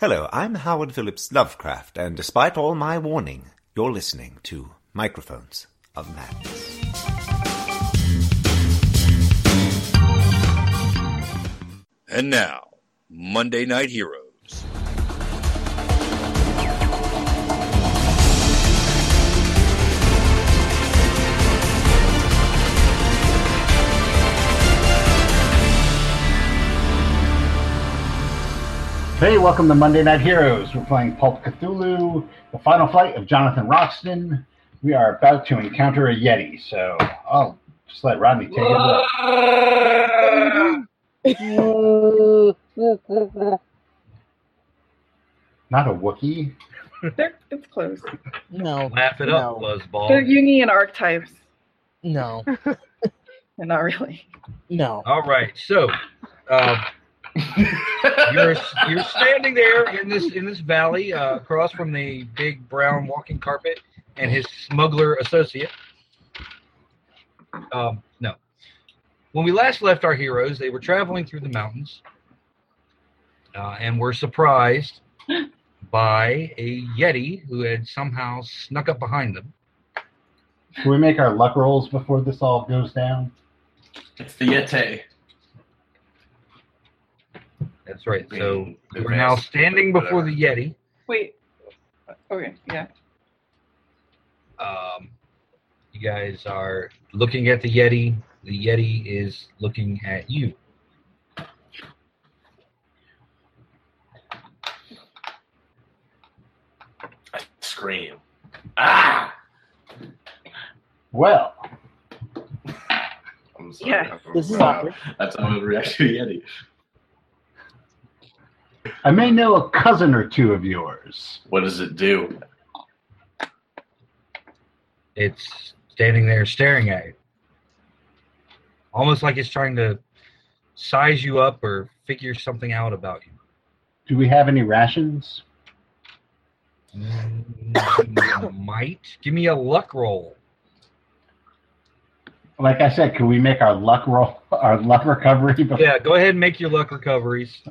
Hello, I'm Howard Phillips Lovecraft, and despite all my warning, you're listening to Microphones of Madness. And now, Monday Night Heroes. Hey, welcome to Monday Night Heroes. We're playing Pulp Cthulhu, the final flight of Jonathan Roxton. We are about to encounter a Yeti, so I'll just let Rodney take it away. Not a Wookiee. They're, it's close. No, Laugh it up, No. They're Buzzball. Jungian archetypes. no, They're not really. no. All right, so um, you're you're standing there in this in this valley uh, across from the big brown walking carpet and his smuggler associate. Um, no, when we last left our heroes, they were traveling through the mountains uh, and were surprised by a yeti who had somehow snuck up behind them. Can we make our luck rolls before this all goes down? It's the Yeti. That's right. So Being you are now advanced, standing before whatever. the yeti. Wait. Okay, yeah. Um, you guys are looking at the Yeti. The Yeti is looking at you. I scream. Ah! Well, I'm sorry. Yeah. I'm- This is wow. awkward. That's how I would react to a Yeti. I may know a cousin or two of yours. What does it do? It's standing there staring at you. Almost like it's trying to size you up or figure something out about you. Do we have any rations? Mm, Might. Give me a luck roll. Like I said, can we make our luck roll, our luck recovery? Before? Yeah, go ahead and make your luck recoveries.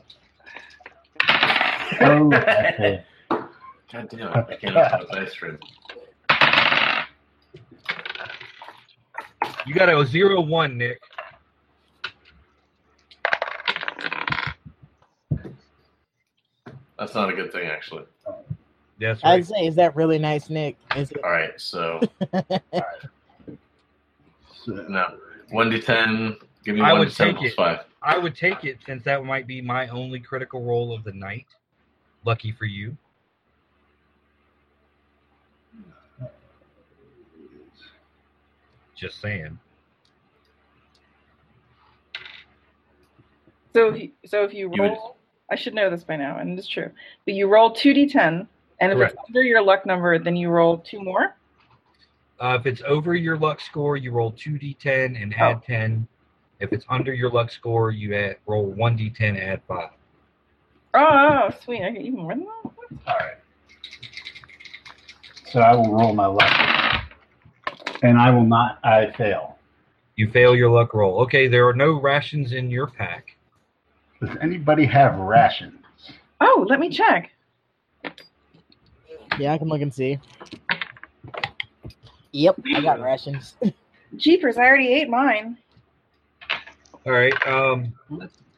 Oh, okay. God damn it. I can't open this ice cream. You got a zero one, Nick. That's not a good thing, actually. That's right. I'd say, is that really nice, Nick? Is it? All right, so So- no. 1 to 10. Give me I 1 would to 10 take plus it. 5. I would take it since that might be my only critical roll of the night. Lucky for you. Just saying. So if you, so if you You roll, would- I should know this by now, and it's true. But you roll 2d10, and if Correct. it's under your luck number, then you roll two more. Uh, if it's over your luck score, you roll 2d10 and add 10. If it's under your luck score, you add, roll 1d10 and add 5. Oh, sweet. I get even more than that? All right. So I will roll my luck, and I will not. I fail. You fail your luck roll. Okay, there are no rations in your pack. Does anybody have rations? Oh, let me check. Yeah, I can look and see. Yep, I got rations. Jeepers, I already ate mine. All right. Um,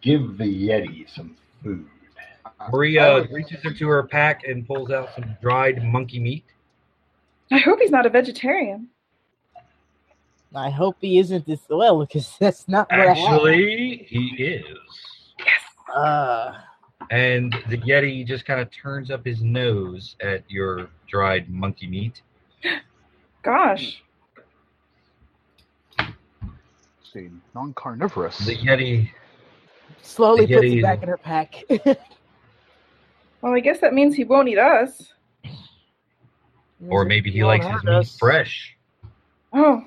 Give the Yeti some food. Maria reaches into her pack and pulls out some dried monkey meat. I hope he's not a vegetarian. I hope he isn't this well because that's not what Actually, he is. I have. Uh, And the Yeti just kind of turns up his nose at your dried monkey meat. Gosh. Say non-carnivorous. The Yeti, slowly The puts Yeti- it back in her pack. Well, I guess that means he won't eat us. or maybe he likes his meat fresh, Oh,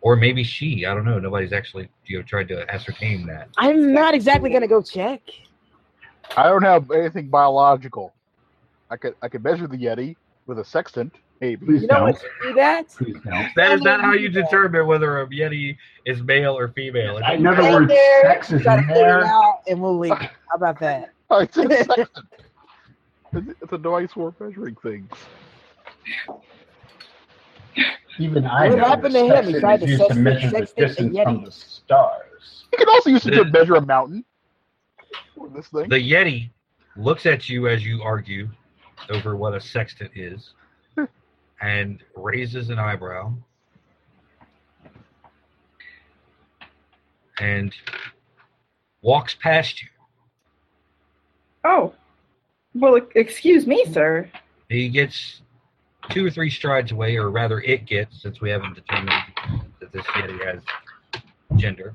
or maybe she. I don't know. Nobody's actually you know tried to ascertain that. I'm not exactly gonna go check. I don't have anything biological. I could I could measure the Yeti with a sextant Maybe. Please You know don't. what you do that? Please don't. That is not how you determine whether a Yeti is male or female. I know the Right word there, sex is Try to in figure it there. out and we'll leave. How about that? Oh, it's in the section. It's- It's a device for measuring things. Even I What know happened that to him? He sex tried is to used sex- to measure the sex thing to distance Yeti. from the stars. You can also use it to The- measure a mountain. Or This thing. The Yeti looks at you as you argue over what a sextant is and raises an eyebrow. And walks past you. Oh, well, e- excuse me, sir. He gets two or three strides away, or rather, it gets, since we haven't determined that this Yeti has gender.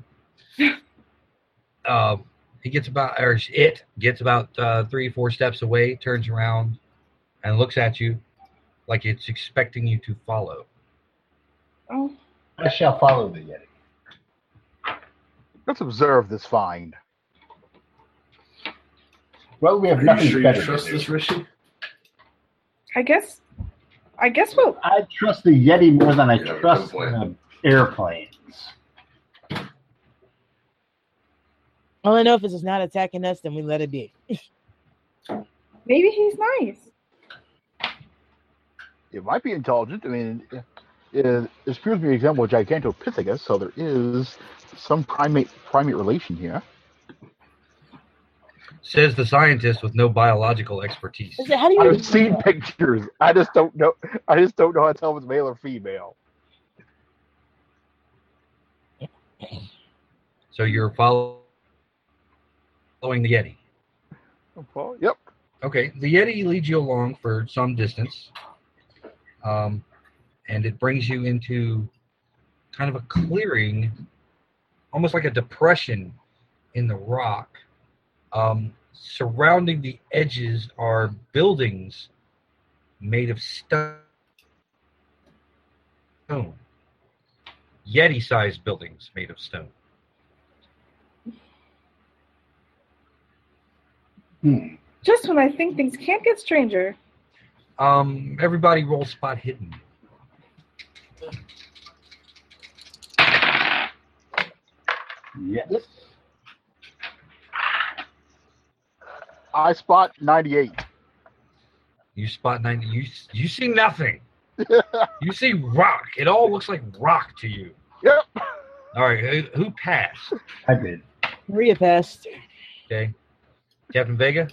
Um, he gets about, or it gets about uh, three, four steps away, turns around, and looks at you like it's expecting you to follow. Oh, I shall follow the Yeti. Let's observe this find. Well, we have Are you nothing sure you better trust to do. this, Rishi? I guess, I guess we'll I trust the Yeti more than I Yeah, good trust point. the airplanes. All I know if it's not attacking us, then we let it be. maybe he's nice. It might be intelligent. I mean, it, it appears to be an example of Gigantopithecus, so there is some primate primate relation here. Says the scientist with no biological expertise. I said, how do you? I've seen pictures. I just don't know. I just don't know how to tell if it's male or female. So you're follow- following the Yeti. Oh, Well, Yep. Okay, the Yeti leads you along for some distance, um, and it brings you into kind of a clearing, almost like a depression in the rock. Um, surrounding the edges are buildings made of stone, Yeti-sized buildings made of stone. Hmm. Just when I think things can't get stranger, Um, everybody roll spot hidden. Yes. I spot ninety-eight. You spot ninety. You you see nothing. you see rock. It all looks like rock to you. Yep. All right, who, who passed? I did. Maria passed. Okay, Captain Vega.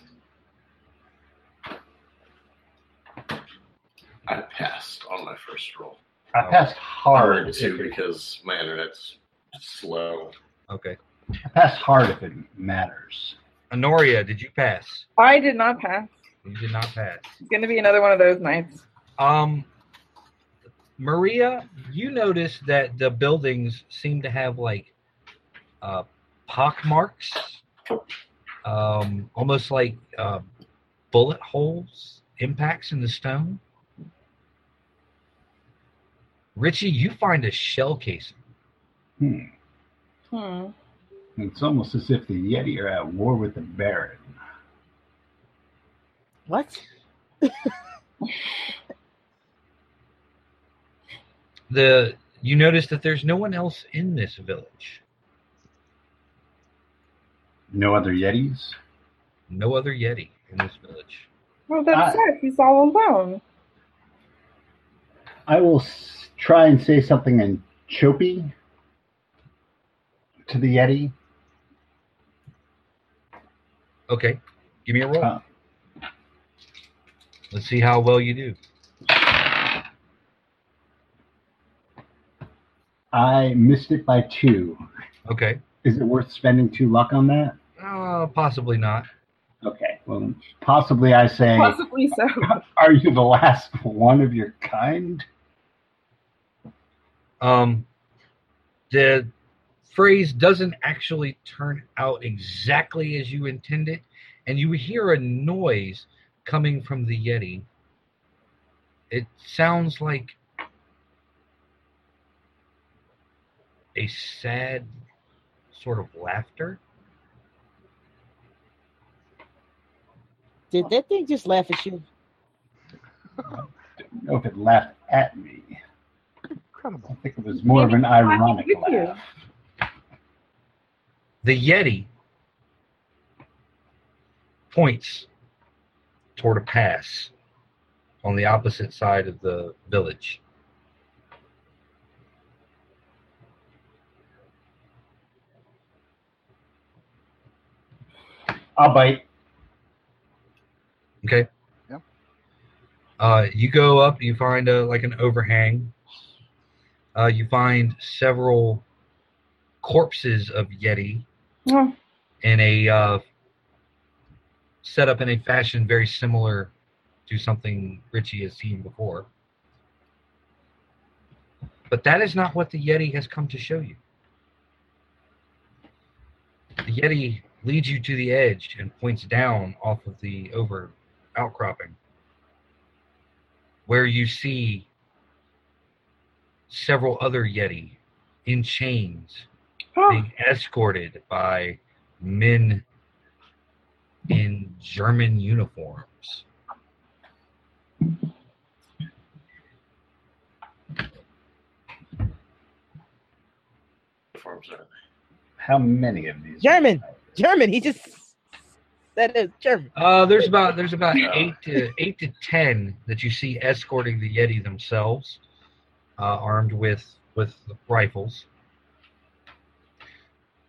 I passed on my first roll. I passed hard. Hard too because my internet's slow. Okay, I passed hard if it matters. Honoria, did you pass? I did not pass. You did not pass. It's going to be another one of those nights. Um, Maria, you notice that the buildings seem to have like uh, pock marks, um, almost like uh, bullet holes, impacts in the stone. Richie, you find a shell casing. Hmm. Hmm. It's almost as if the Yeti are at war with the Baron. What? The you notice that there's no one else in this village. No other Yetis? No other Yeti in this village. Well, that's Ah. it. He's all alone. I will s- try and say something in Chopi to the Yeti. Okay, give me a roll. Uh, Let's see how well you do. I missed it by two. Okay. Is it worth spending two luck on that? Uh, possibly not. Okay. Well, possibly I say, Possibly so. are you the last one of your kind? Um, the phrase doesn't actually turn out exactly as you intend it, and you hear a noise coming from the Yeti. It sounds like a sad sort of laughter. Did that thing just laugh at you? know if it laughed at me. I Incredible. think it was more of an ironic With you. laugh. The Yeti points toward a pass on the opposite side of the village. I'll bite. Okay. Yep. Uh, you go up. You find a like an overhang. Uh, you find several corpses of Yeti Oh, in a uh, set up in a fashion very similar to something Richie has seen before. But that is not what the Yeti has come to show you. The Yeti leads you to the edge and points down off of the over outcropping, where you see several other Yeti in chains oh. being escorted by men in German uniforms. Farms out. How many of these? German. German. He just said it was German. Uh, there's about there's about Yeah. eight to eight to ten that you see escorting the Yeti themselves, uh, armed with with rifles.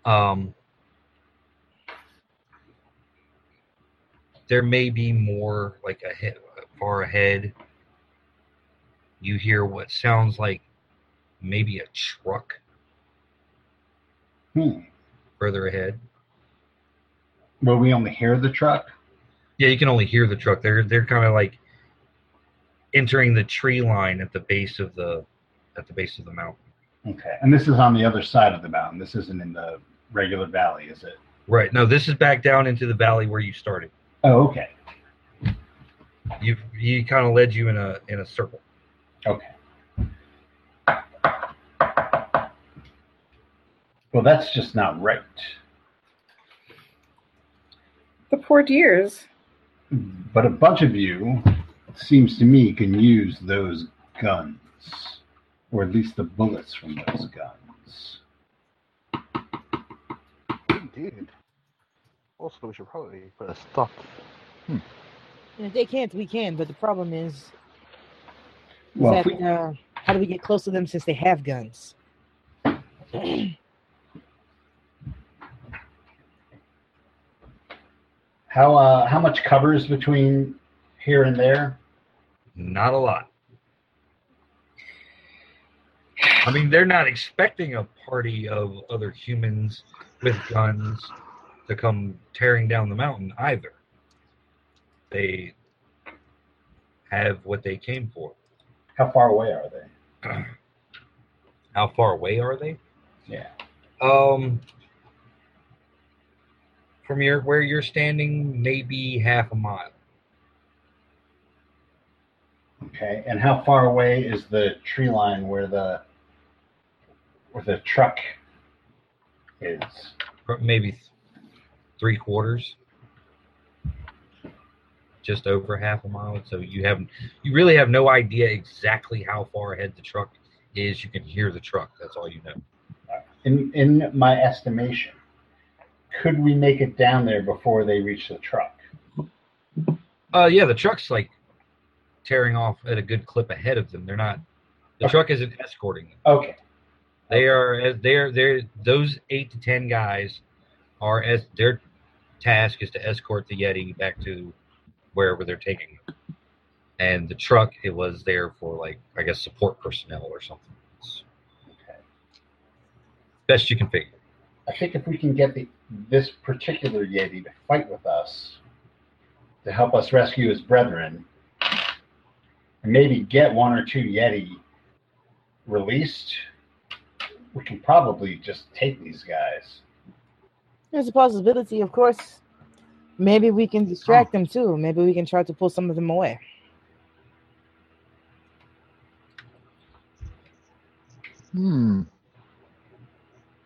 Um, there may be more like ahead, far ahead. You hear what sounds like maybe a truck Hmm. further ahead. Will we only hear the truck? Yeah, you can only hear the truck. They're they're kind of like entering the tree line at the base of the at the base of the mountain. Okay. And this is on the other side of the mountain. This isn't in the regular valley, is it? Right. No, this is back down into the valley where you started. Oh, okay. You you kind of led you in a in a circle. Okay. Well, that's just not right. The poor deers. But a bunch of you, it seems to me, can use those guns, or at least the bullets from those guns. Indeed. Also, we should probably put a stop. And if they can't, we can. But the problem is, is Well, if that we- uh, how do we get close to them since they have guns? How uh, how much cover is between here and there? Not a lot. I mean, they're not expecting a party of other humans with guns to come tearing down the mountain either. They have what they came for. How far away are they? How far away are they? Yeah. Um, from your where you're standing, maybe half a mile. Okay, and how far away is the tree line where the where the truck is? or maybe th- three quarters, just over half a mile. So you haven't, you really have no idea exactly how far ahead the truck is. You can hear the truck. That's all you know. In in my estimation, could we make it down there before they reach the truck? Uh, yeah, the truck's like tearing off at a good clip ahead of them. They're not. The Okay. truck isn't escorting them. Okay, They are as they're they're those eight to ten guys are as their task is to escort the Yeti back to wherever they're taking them. And the truck it was there for like I guess support personnel or something. It's- Best you can figure. I think if we can get the this particular yeti to fight with us to help us rescue his brethren, and maybe get one or two yeti released, we can probably just take these guys. There's a possibility, of course. Maybe we can distract them too. Maybe we can try to pull some of them away. Hmm.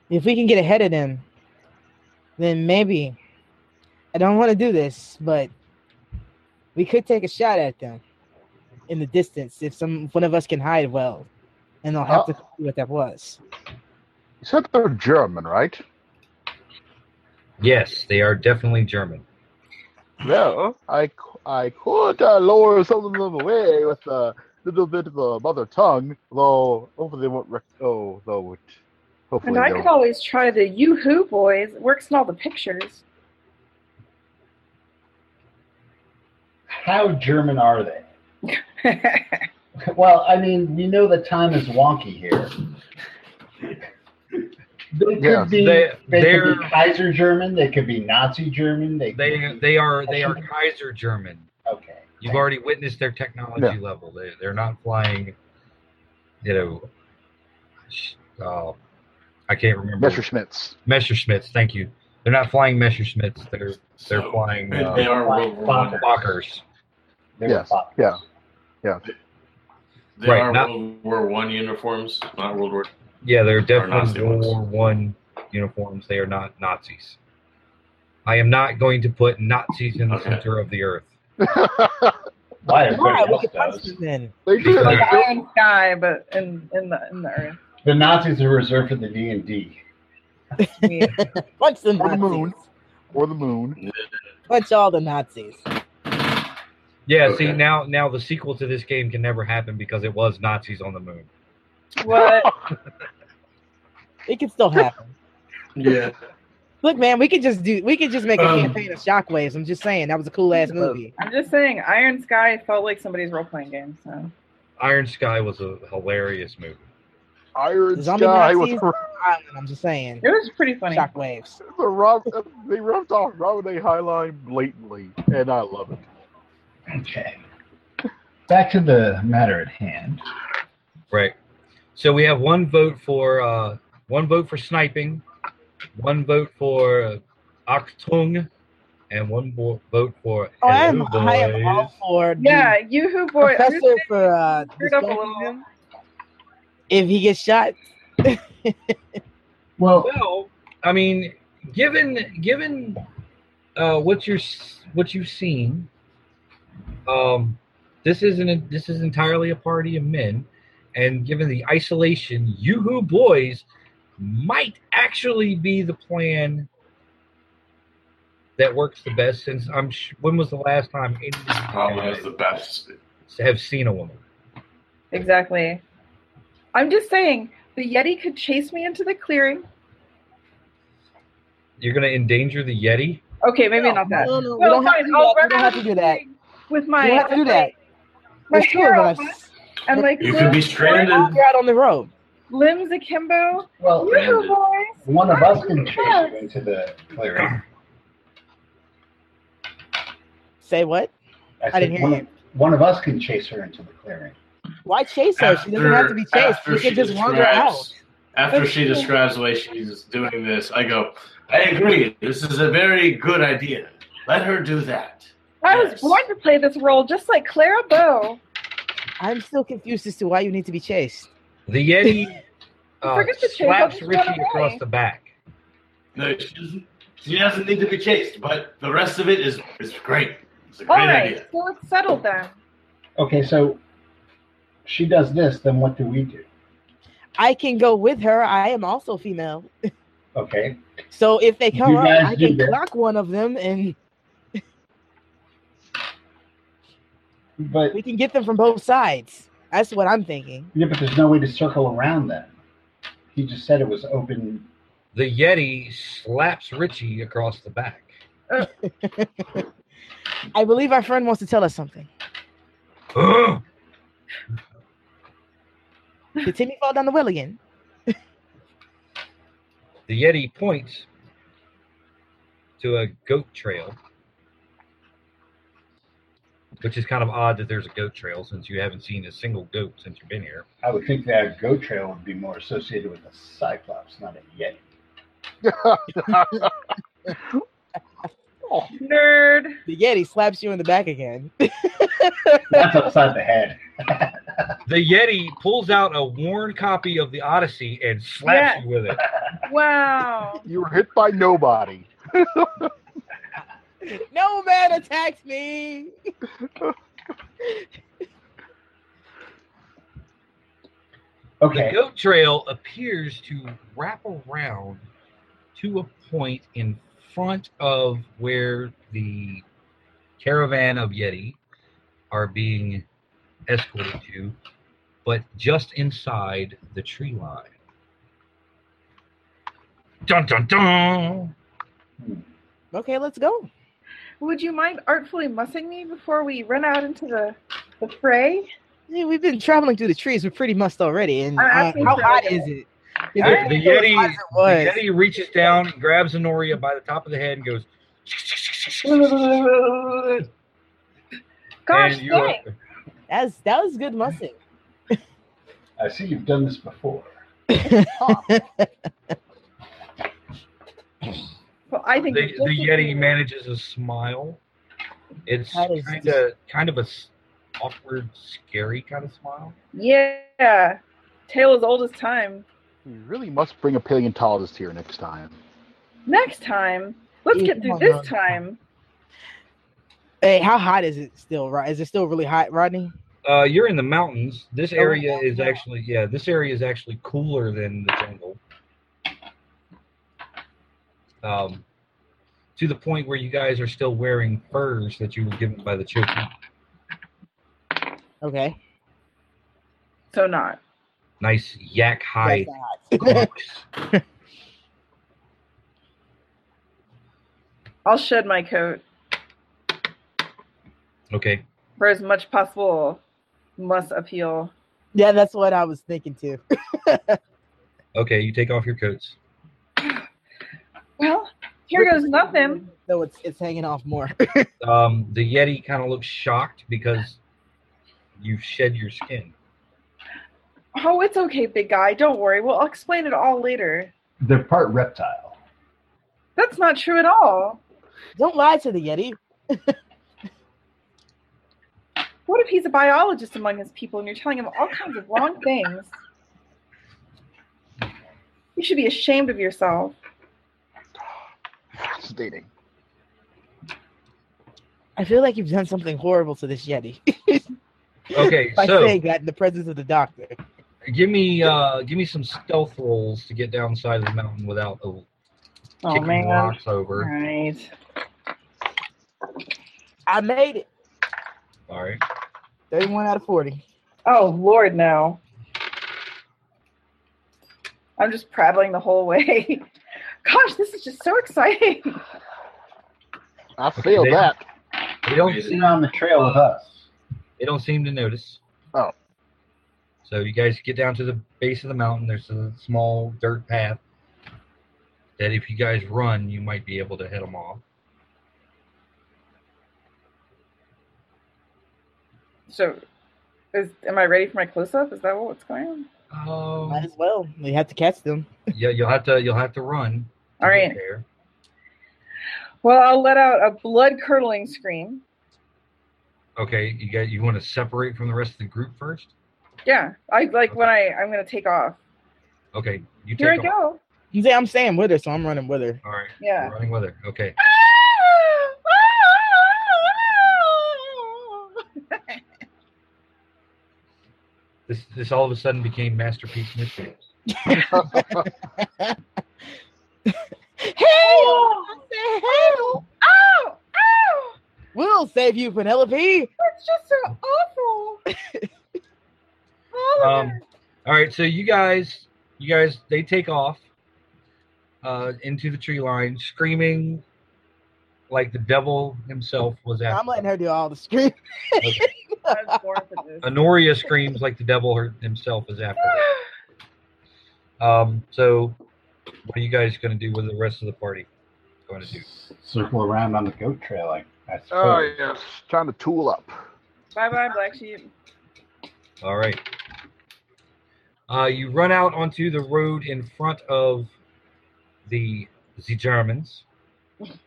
If we can get ahead of them, then maybe. I don't want to do this, but we could take a shot at them. in the distance if some if one of us can hide well, and I'll Uh, have to see what that was. You said they're German, right? Yes, they are definitely German. Well, I, c- I could uh, lower some of them away with a little bit of a mother tongue, though hopefully they won't. Rec- oh, though would hopefully And I they'll- could always try the Yoo-Hoo Boys. It works in all the pictures. How German are they? I Well, I mean, we know the time is wonky here. They could Yes, be, they- they, they're- could be Kaiser German. They could be Nazi German. They, could They be, they are they are Kaiser German. okay. You've already witnessed their technology Yeah. level. They they're not flying, you know. sh- Uh, I can't remember. Messerschmitts. Messerschmitts. Thank you. They're not flying Messerschmitts. They're they're So, flying They, uh, they are Flying World War fuckers. One. Fokkers. They Yes, were fuckers. yeah. They Right, are not- World War One uniforms, not World War. Yeah, they're Nazi definitely World ones. War One uniforms. They are not Nazis. I am not going to put Nazis in the Okay. center of the earth. Why Why? everybody We else could punch does. them then. they should Because- have built- am sky, but in, in the in the earth. The Nazis are reserved for the D and D. Yeah. Punch the Or the Nazis. moon. or the moon. Punch all the Nazis. Yeah, see Okay. now now the sequel to this game can never happen because it was Nazis on the moon. What? It could still happen. Yeah. Look, man, we could just do. We could just make a Um, campaign of shockwaves. I'm just saying that was a cool ass movie. I'm just saying, Iron Sky felt like somebody's role playing game. So Iron Sky was a hilarious movie. Iron Zombie Sky Nazis? was Island, I'm just saying it was pretty funny. shockwaves. the rob- they rubbed off Robin A. Highline blatantly, and I love it. Okay. Back to the matter at hand. Right. So we have one vote for uh, one vote for sniping, one vote for uh, Achtung, and one bo- vote for Oh, I am. Hello I am all Boys. for the Yeah, Yoo-Hoo Boy. I'm just professor for uh, screwed up a discovering little. him. If he gets shot, Well, Well, I mean, given given uh, what you're s- what you've seen, um, this isn't a, this is entirely a party of men, and given the isolation, Yoo-Hoo Boys might actually be the plan that works the best. Since I'm sh- when was the last time any of these Probably has guys the best. have seen a woman? Exactly. I'm just saying the Yeti could chase me into the clearing. You're gonna endanger the Yeti. Okay, maybe not that. No, no, we Well, don't have to fine, do I'll that. We run don't out have of to do the that. clearing With We my don't have to do that. my There's two hair up of us. and like You could be limbs, stranded. We're out on the road. limbs akimbo. Oh, well, Yoo-hoo Brandon. Boys. one of us can chase you into the clearing. Say what? I, didn't hear one, you. One of us can chase her into the clearing. Why chase her? she doesn't have to be chased. after She can she just wander describes- out. After she describes the way she's doing this, I go, I agree. This is a very good idea. Let her do that. I was Yes. born to play this role, just like Clara Bow. I'm still confused as to why you need to be chased. The Yeti uh, Forget the chase, I'll slaps just Richie run away. across the back. No, she doesn't, she doesn't need to be chased, but the rest of it is, is great. It's a All great right, idea. so it's settled then. Okay, so she does this, then what do we do? I can go with her. I am also female. Okay. So if they come You up, guys I do can that. clock one of them and But we can get them from both sides. That's what I'm thinking. yeah, but there's no way to circle around them. He just said it was open. The Yeti slaps Richie across the back. I believe our friend wants to tell us something. Ugh. Did Timmy fall down the well again? the Yeti points to a goat trail, which is kind of odd that there's a goat trail since you haven't seen a single goat since you've been here. I would think that goat trail would be more associated with a cyclops, not a yeti. Oh. Nerd. The Yeti slaps you in the back again. That's upside the head. The Yeti pulls out a worn copy of the Odyssey and slaps Yes. you with it. Wow. you were hit by nobody. no man attacks me. Okay. The goat trail appears to wrap around to a point in front of where the caravan of Yeti are being escorted to, but just inside the tree line. Dun dun dun! Okay, let's go. Would you mind artfully mussing me before we run out into the, the fray? Yeah, we've been traveling through the trees. We're pretty mussed already. And I'm uh, asking how for hot it. is it? The, I the didn't know as Yeti, hot as it the was. Yeti reaches down and grabs Honoria by the top of the head and goes, Gosh, and you are- dang. That's that was good mussing. I see you've done this before. Well, I think the, it's just the as Yeti good. manages a smile. It's That is- kind of kind of a s- awkward, scary kind of smile. Yeah, tale as old as time. We really must bring a paleontologist here next time. Next time, let's Yeah, get come through on, this Ron. time. hey, how hot is it still? Right? Is it still really hot, Rodney? Uh, you're in the mountains. This we're area down is now. actually yeah. This area is actually cooler than the jungle. Um, to the point where you guys are still wearing furs that you were given by the children. Okay. So not. Nice yak hide. That's not hot. I'll shed my coat okay. for as much possible must appeal. yeah, that's what I was thinking too. Okay. You take off your coats. Well, here goes nothing. So it's it's hanging off more. Um, the Yeti kind of looks shocked because you've shed your skin. Oh, it's okay, big guy. Don't worry. We'll explain it all later. They're part reptile. That's not true at all. Don't lie to the Yeti. What if he's a biologist among his people and you're telling him all kinds of wrong things? You should be ashamed of yourself. Fascinating. I feel like you've done something horrible to this Yeti. Okay, By so saying that in the presence of the doctor. give me uh, give me some stealth rolls to get down the side of the mountain without uh, Oh kicking man. rocks over. Right. I made it. All right. Thirty-one out of forty. Oh Lord, no. I'm just prattling the whole way. Gosh, this is just so exciting. I failed they- that. They don't Amazing. seem, You're on the trail with us. they don't seem to notice. Oh. So you guys get down to the base of the mountain. There's a small dirt path that if you guys run, you might be able to head them off. So, is am I ready for my close up? Is that what's going on? Um, Oh. Might as well. We have to catch them. yeah, you'll have to you'll have to run. to All get right. There. Well, I'll let out a blood curdling scream. Okay, you got you want to separate from the rest of the group first? Yeah, I like when I I'm gonna take off. Okay, you Here I take off. go. You say I'm staying with her, so I'm running with her. All right, Yeah. you're running with her. Okay. This this all of a sudden became masterpiece mystery. Hail! hail! Ow! Ow! We'll save you, Penelope. That's just so awful. All of Um, it. All right, so you guys, you guys, they take off uh, into the tree line, screaming like the devil himself was after. I'm letting them. her do all the screaming. I was born for this. Honoria screams like the devil her, himself is after. them. Um, so what are you guys going to do with the rest of the party? Going to do? Circle around on the goat trail, I, I suppose. Oh yes, trying to tool up. Bye bye, black sheep. All right. Uh, you run out onto the road in front of the the Germans, Yes.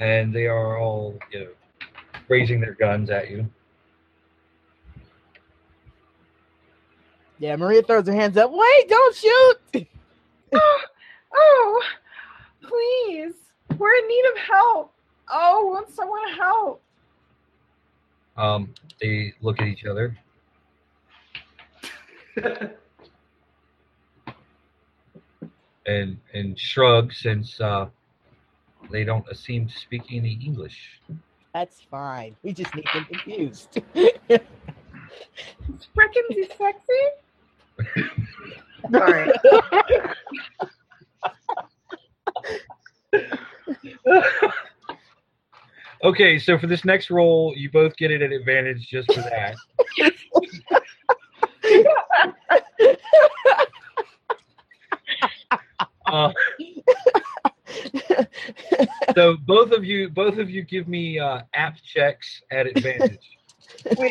and they are all you know raising their guns at you. Yeah, Maria throws her hands up. Wait, don't shoot. Oh, oh, please. We're in need of help. Oh, won't someone help? Um, they look at each other. and and shrug since uh, they don't seem to speak any English. That's fine. We just need them confused. Reckons he's sexy? Sorry. Okay, so for this next roll, you both get it at advantage just for that. Uh, so both of you, both of you, give me uh, app checks at advantage. You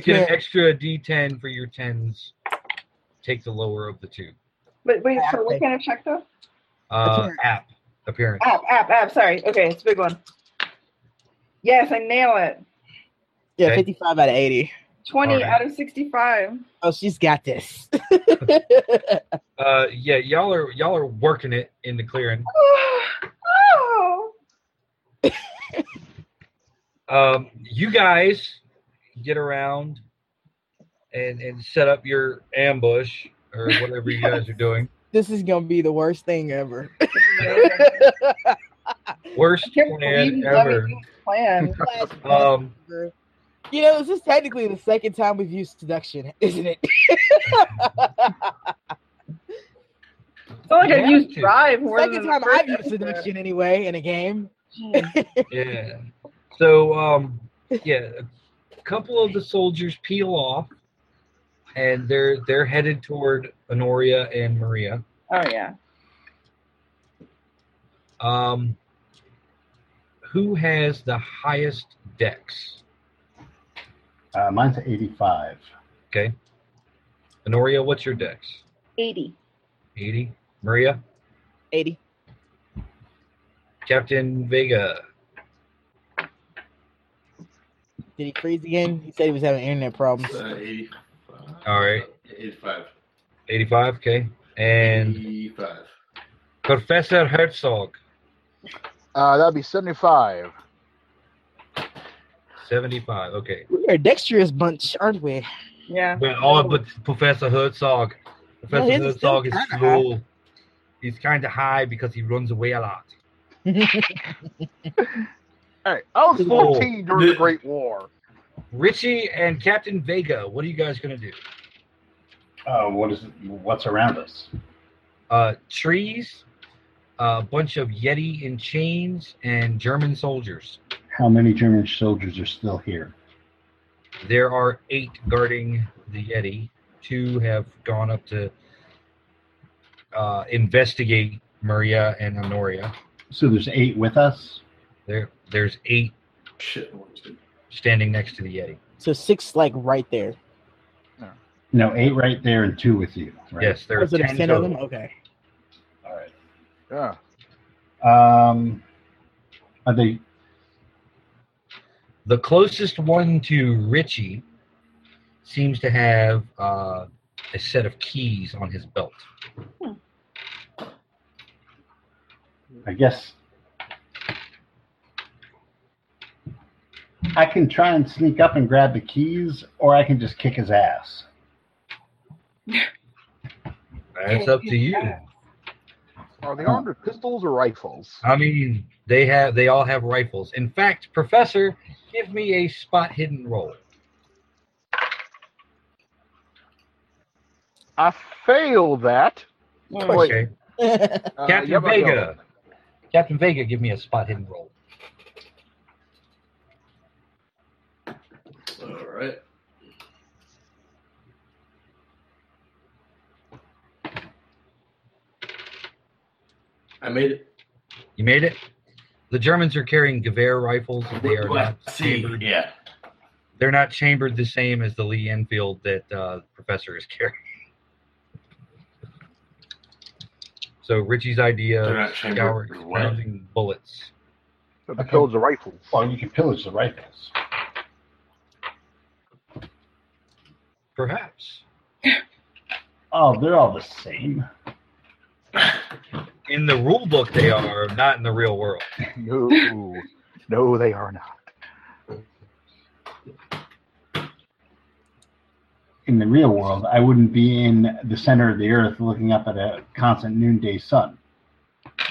get an extra D10 for your tens. Take the lower of the two. But wait, for what kind of check though? Uh, Appearance. app appearance. App, app, app. Sorry. Okay, it's a big one. Yes, I nail it. yeah, Okay. 55 out of 80. 20 All right. out of 65. Oh, she's got this. Uh, yeah, y'all are y'all are working it in the clearing. oh, um, you guys get around and and set up your ambush or whatever you guys are doing. this is going to be the worst thing ever. I Worst can't believe plan you let me ever. do this plan. Um, you know, this is technically the second time we've used seduction, isn't it? It's not like You I've have used to. drive more second than time the first I've used episode. seduction anyway in a game. Jeez. yeah. So um, yeah, a couple of the soldiers peel off, and they're they're headed toward Honoria and Maria. Oh yeah. Um, who has the highest dex? Uh, mine's 85. Okay. Honoria, what's your dex? 80. 80. Maria? 80. Captain Vega. Did he freeze again? He said he was having internet problems. Uh, 85. All right. 85. 85. Okay. And 85. Professor Herzog. Uh, that'd be 75. 75. Okay. We are a dexterous bunch, aren't we? Yeah. But all but Professor Herzog. Professor his is still Herzog is kinda high. slow. He's kind of high because he runs away a lot. Hey, I was Whoa. 14 during the Great War. Richie and Captain Vega, what are you guys going to do? Uh, what is what's around us? Uh, trees, a bunch of Yeti in chains, and German soldiers. How many German soldiers are still here? There are eight guarding the Yeti. Two have gone up to uh, investigate Maria and Honoria. So there's eight with us. There, there's eight Shit. standing next to the Yeti. So six, like right there. No, eight right there and two with you. Right? Yes, there are Oh, so there's ten, ten of them. total. Okay. All right. Yeah. Um, are they? The closest one to Richie seems to have uh, a set of keys on his belt. I guess. I can try and sneak up and grab the keys, or I can just kick his ass. That's up to you. Are they armed with pistols or rifles? I mean, they have they all have rifles. In fact, Professor, give me a spot hidden roll. I failed that. Mm. Wait, Okay. uh, Captain yeah, but no. Vega. Captain Vega, give me a spot hidden roll. All right. I made it. You made it. The Germans are carrying Gewehr rifles. and They are What do I not see. chambered. Yeah. They're not chambered the same as the Lee Enfield that uh, the Professor is carrying. So Richie's idea They're of not chambered scouring- for what? rounding bullets. But The pistols are rifles. Well, you can pillage the rifles. Perhaps. Oh, they're all the same. In the rule book they are, not in the real world. No, no, they are not. in the real world, I wouldn't be in the center of the earth looking up at a constant noonday sun.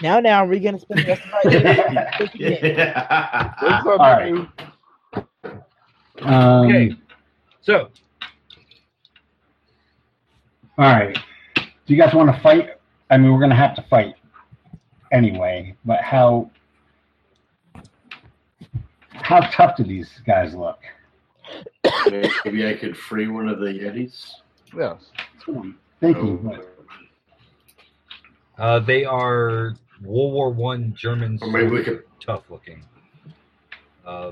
Now, now, we're gonna spend the rest of our day thinking it. There's Yeah. something Ah, right. new. Um, Okay. So All right. Do you guys want to fight? I mean, we're going to have to fight anyway, but how how tough do these guys look? Maybe I could free one of the Yetis. Yes. That's what I'm thinking. Oh. but- uh, they are World War One German, Or maybe we could tough looking, uh,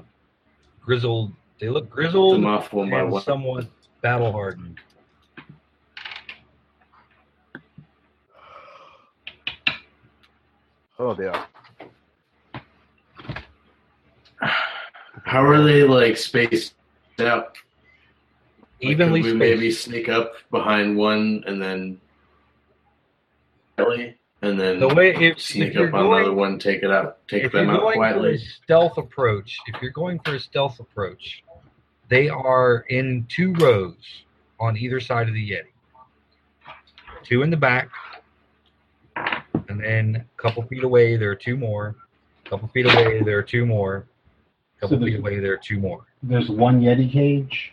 grizzled. They look put grizzled them off one by and one. somewhat battle hardened. Oh dear. How are they like spaced out? Like, Evenly could we spaced. maybe sneak up behind one and then really, and then The way if, if sneak you're up on another going, one, take it out, take if you're them out going for a quietly. stealth approach, if you're going for a stealth approach, they are in two rows on either side of the Yeti. Two in the back, and then a couple feet away there are two more. A couple feet away there are two more. A couple So there's- feet away there are two more. There's one Yeti cage.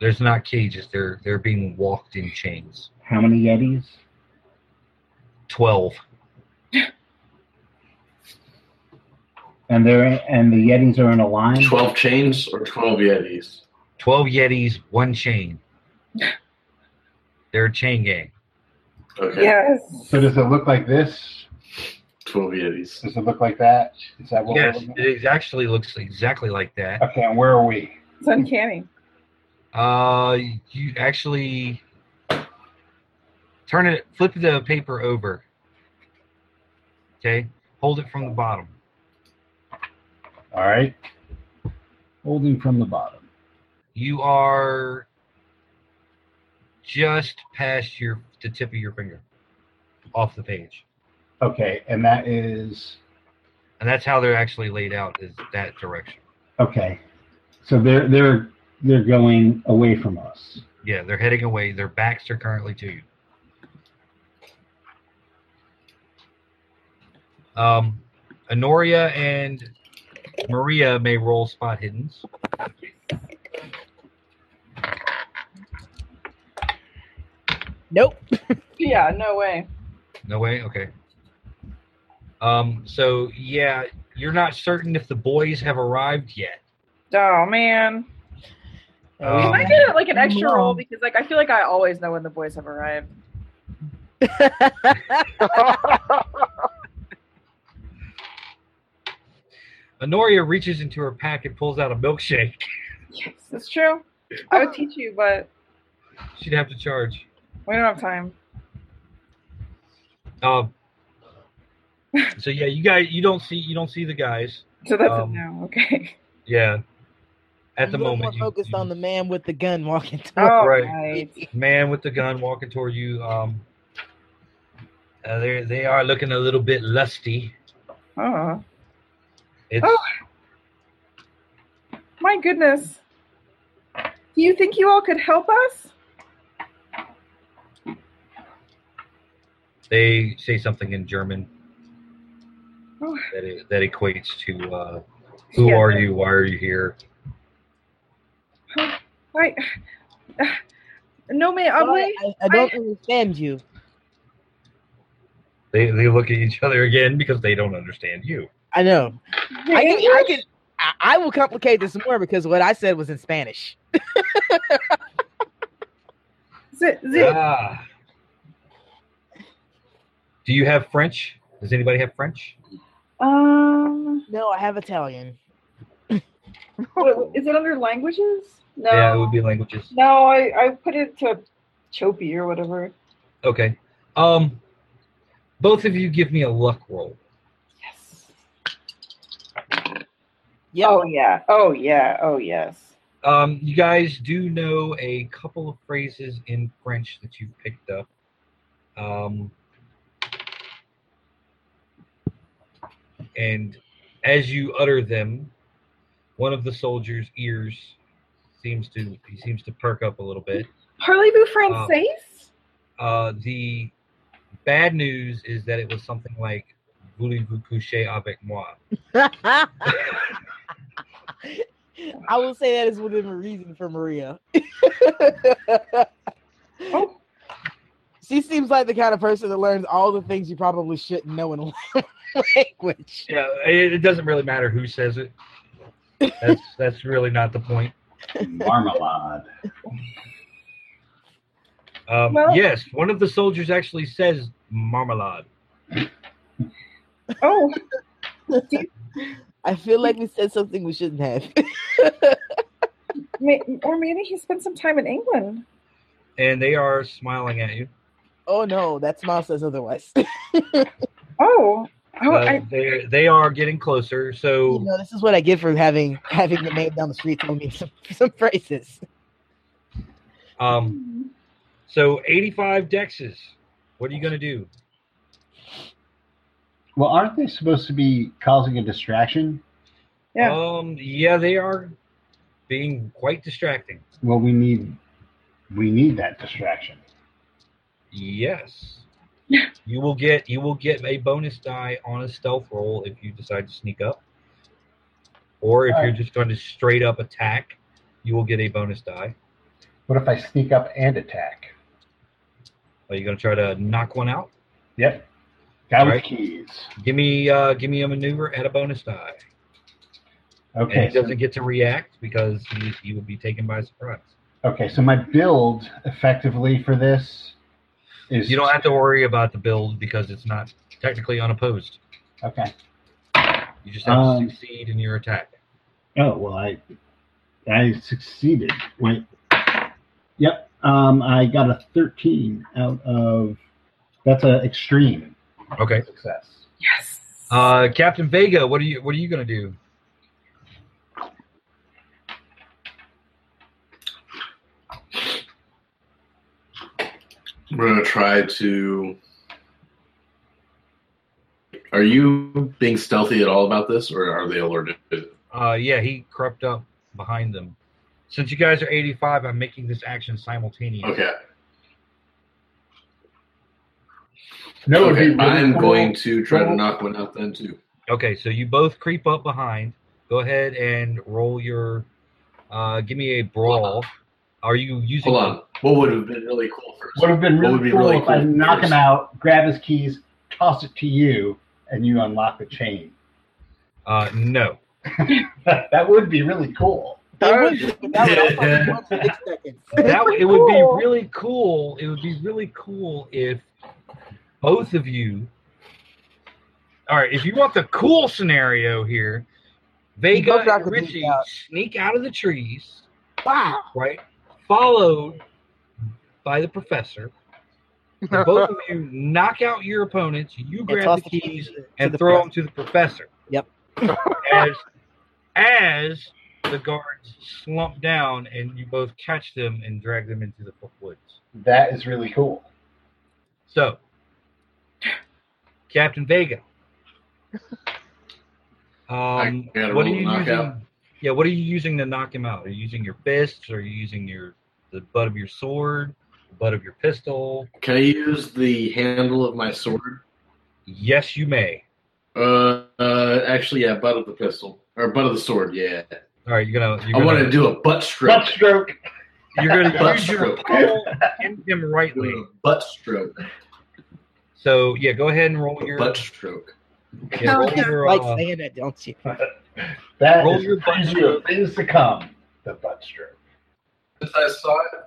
There's not cages. They're they're being walked in chains. How many Yetis? Twelve. And they're and the Yetis are in a line. Twelve chains or twelve Yetis? Twelve Yetis, one chain. They're a chain gang. Okay, Yes. So does it look like this? twelve Yetis. Does it look like that? Is that what Yes, we're looking it actually looks exactly like that. at? Okay, and where are we? It's uncanny. Uh, you actually turn it, flip the paper over. Okay, hold it from the bottom. All right. Holding from the bottom. You are just past your the tip of your finger off the page, Okay, and that is and that's how they're actually laid out is that direction. Okay. So they're they're they're going away from us. Yeah, they're heading away. Their backs are currently to you. Um, Honoria and Maria may roll spot hiddens. Nope. Yeah, no way. No way. Okay. Um, so yeah, you're not certain if the boys have arrived yet. Oh man. Can Um, I get like an extra no. roll because like I feel like I always know when the boys have arrived. Honoria reaches into her pack and pulls out a milkshake. Yes, that's true. I would teach you, but She'd have to charge. we don't have time. Um. So yeah, you guys, you don't see, you don't see the guys. So that's a Um, no. Okay. Yeah. At I'm the a little moment, more focused on the man with the gun walking All toward. right. right. man with the gun walking toward you. Um, uh, they they are looking a little bit lusty. Oh It's Oh. my goodness. Do you think you all could help us? they say something in German Oh. that it, that equates to uh, "Who Yeah. are you? Why are you here?" I no may uh, Sorry, ugly. Oh, I, I don't understand you. They they look at each other again because they don't understand you. I know. I can, I can, I, I will complicate this more because what I said was in Spanish. Z- z- Ah. Do you have French? Does anybody have French? um, No, I have Italian. what- is it under languages? No. Yeah, it would be languages. No, I, I put it to Chopi or whatever. Okay. Um, both of you give me a luck roll. Yes. Yep. Oh yeah. Oh yeah. Oh yes. Um, you guys do know a couple of phrases in French that you picked up. Um, and as you utter them, one of the soldiers' ears seems to he seems to perk up a little bit. Parlez-vous Français? Uh, the bad news is that it was something like voulez-vous coucher avec moi? I will say that is within reason for Maria. Oh. She seems like the kind of person that learns all the things you probably shouldn't know in language. Yeah, it, it doesn't really matter who says it. That's that's really not the point. Marmalade. Um, Well- yes, one of the soldiers actually says marmalade. oh, I feel like we said something we shouldn't have. may, or maybe he spent some time in England. and they are smiling at you. oh no, that smile says otherwise. Oh, oh, Uh, I, they they are getting closer. you So know, this is what I get for having having the name down the street tell me some, some phrases. um so eighty five dexes. What are you gonna do? Well, aren't they supposed to be causing a distraction? Yeah. Um yeah, they are being quite distracting. Well, we need we need that distraction. Yes. you will get you will get a bonus die on a stealth roll if you decide to sneak up. Or if you're Alright. just going to straight up attack, you will get a bonus die. What if I sneak up and attack? Are you going to try to knock one out? Yep. Guy with Right. keys. Give me uh, give me a maneuver at a bonus die. And Okay. he so- doesn't get to react because he, he will be taken by surprise. okay. So my build effectively for this is You don't have to worry about the build because it's not technically unopposed. Okay. You just have Um, to succeed in your attack. Oh well, I I succeeded. Wait. Yep. Um, I got a thirteen out of that's an extreme Okay. success. yes. Uh, Captain Vega, what are you what are you gonna do? We're gonna try to. Are you being stealthy at all about this, or are they alerted? Uh, yeah, he crept up behind them. Since you guys are 85, I'm making this action simultaneous. Okay. No, okay. I'm cool. going to try to cool. knock one out then too. Okay, so you both creep up behind. Go ahead and roll your. Uh, give me a brawl. Are you using? Hold on. What would have been really cool first? Would have been What really would be cool really if I cool knock first? him out, grab his keys, toss it to you, and you unlock the chain. Uh, no. that would be really cool. It would be, but that would also be one for six seconds. that it would Cool. be really cool. It would be really cool if both of you. All right, if you want the cool scenario here, Vega both knock and the dude Richie out. sneak out of the trees, Wow. right? Followed by the professor. The both of you knock out your opponents. You And grab toss the keys to and the throw press. them to the professor. Yep. as as the guards slump down and you both catch them and drag them into the woods. That is really cool. So, Captain Vega. Um, I gotta what are roll you knockout. using? Yeah, what are you using to knock him out? Are you using your fists? Are you using your the butt of your sword, the butt of your pistol? Can I use the handle of my sword? Yes, you may. Uh, uh actually, yeah, butt of the pistol or butt of the sword. Yeah, All right, you're gonna. You're I gonna, want to do a butt stroke. Butt stroke. You're gonna butt use your stroke. pole and him Do rightly. a butt stroke. So yeah, go ahead and roll A your butt stroke. yeah, roll Sounds your, like uh, saying that, don't you? That Roll is your a butt preview stroke. of things to come. The butt stroke. Since I saw it,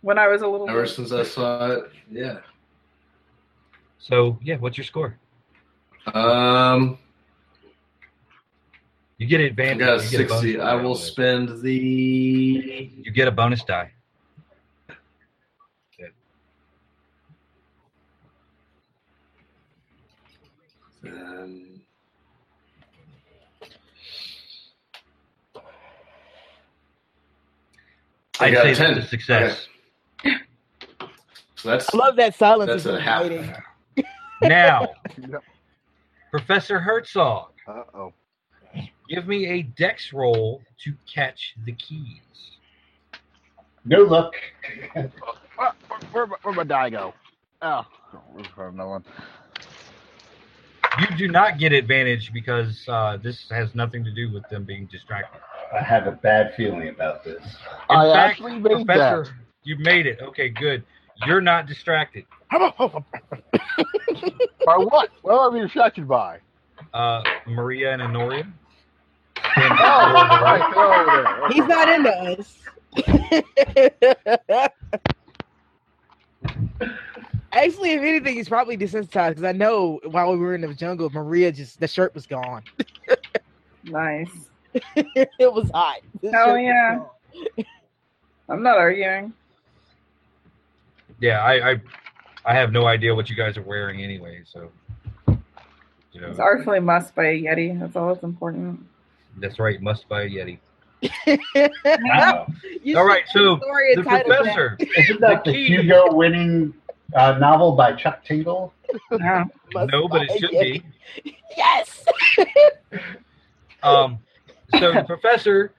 When I was a little. ever since I saw it, yeah. So yeah, what's your score? Um, You get I advantage. got a you get a bonus sixty. die I on will this. spend the. You get a bonus die. Um, I I'd got say a ten. that's a success. So that's I love that silence. that's is a half. waiting. Now, Yeah. Professor Herzog, Uh oh. give me a dex roll to catch the keys. No luck. Where, Uh, where, where'd my die go? Oh, we found another one. You do not get advantage because uh, this has nothing to do with them being distracted. I have a bad feeling about this. In I fact, actually made Professor, that. you made it. Okay, good. You're not distracted. By what? What are we distracted by? Uh, Maria and Honoria. Oh, right, they're over there. He's not into us. Actually, if anything, he's probably desensitized because I know while we were in the jungle, Maria just the shirt was gone. Nice. it was hot. The Hell shirt was yeah. gone. I'm not arguing. Yeah, I, I, I have no idea what you guys are wearing anyway. So, you know, It's artfully must by a Yeti. That's all that's important. that's right. Must buy a Yeti. Wow. You All should right, so do a story the entitled that. professor. Isn't that the, The key- Hugo winning uh, novel by Chuck Tingle? Yeah. Must No, but it buy should a be. Yes. Um, so the professor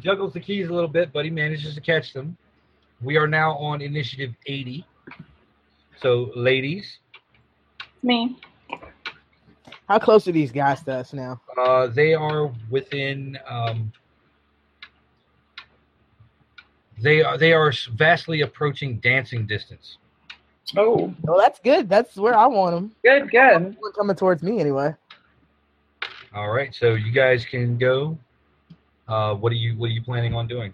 juggles the keys a little bit, but he manages to catch them. We are now on initiative 80. So, ladies, It's me. How close are these guys to us now? uh, they are within. Um, they are they are vastly approaching dancing distance. Oh. Well, that's good. That's where I want them. Good, good. They're coming towards me anyway. All right, so you guys can go. Uh, what are you What are you planning on doing?